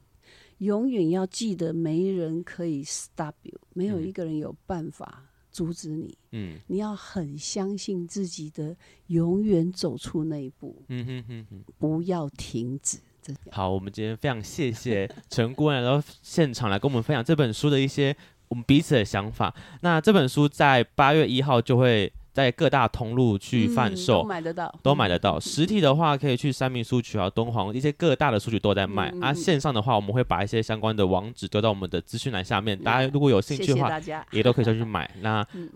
S3: 永远要记得，没人可以 stop you，没有
S2: 嗯
S3: 一个人有办法阻止你。
S2: 嗯
S3: 你要很相信自己的，永远走出那一步，
S2: 嗯哼哼哼。
S3: 不要停止。这
S2: 好，我们今天非常谢谢陈顾问来到现场来跟我们分享这本书的一些我们彼此的想法。那这本书在八月一号就会在各大通路去贩
S3: 嗯
S2: 售。
S3: 都买得到，
S2: 都买得到，实体的话可以去三明书局啊、敦煌一些各大的书局都在卖、
S3: 嗯嗯
S2: 啊。
S3: 嗯
S2: 线上的话，我们会把一些相关的网址丢到我们的资讯栏下面，大家如果有兴
S3: 谢
S2: 趣
S3: 嗯谢
S2: 的话，
S3: 大家，
S2: 也都可以上去买。那
S3: 嗯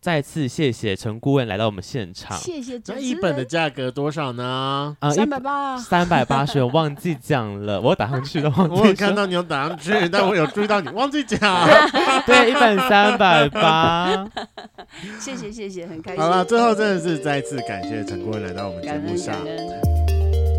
S2: 再次谢谢陈顾问来到我们现场，
S3: 谢谢主
S1: 那
S3: 持
S1: 一本的
S3: 人。
S1: 价格多少呢？
S2: 啊，
S3: 三百八，
S2: 三百八十元忘记讲了，我打上去的忘记
S1: 我有
S2: 说
S1: 看到你有打上去，但我有注意到你忘记讲。
S2: 对，一本三百八。
S3: 谢谢谢谢，很开心。
S1: 好了，最后真的是再次感谢陈顾问来到我们节
S3: 感
S1: 目
S3: 恩
S1: 上
S3: 感。恩。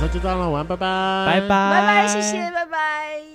S1: 那今天晚上就这样了，晚安，拜拜，
S2: 拜拜，
S3: 拜拜，谢谢，。拜拜。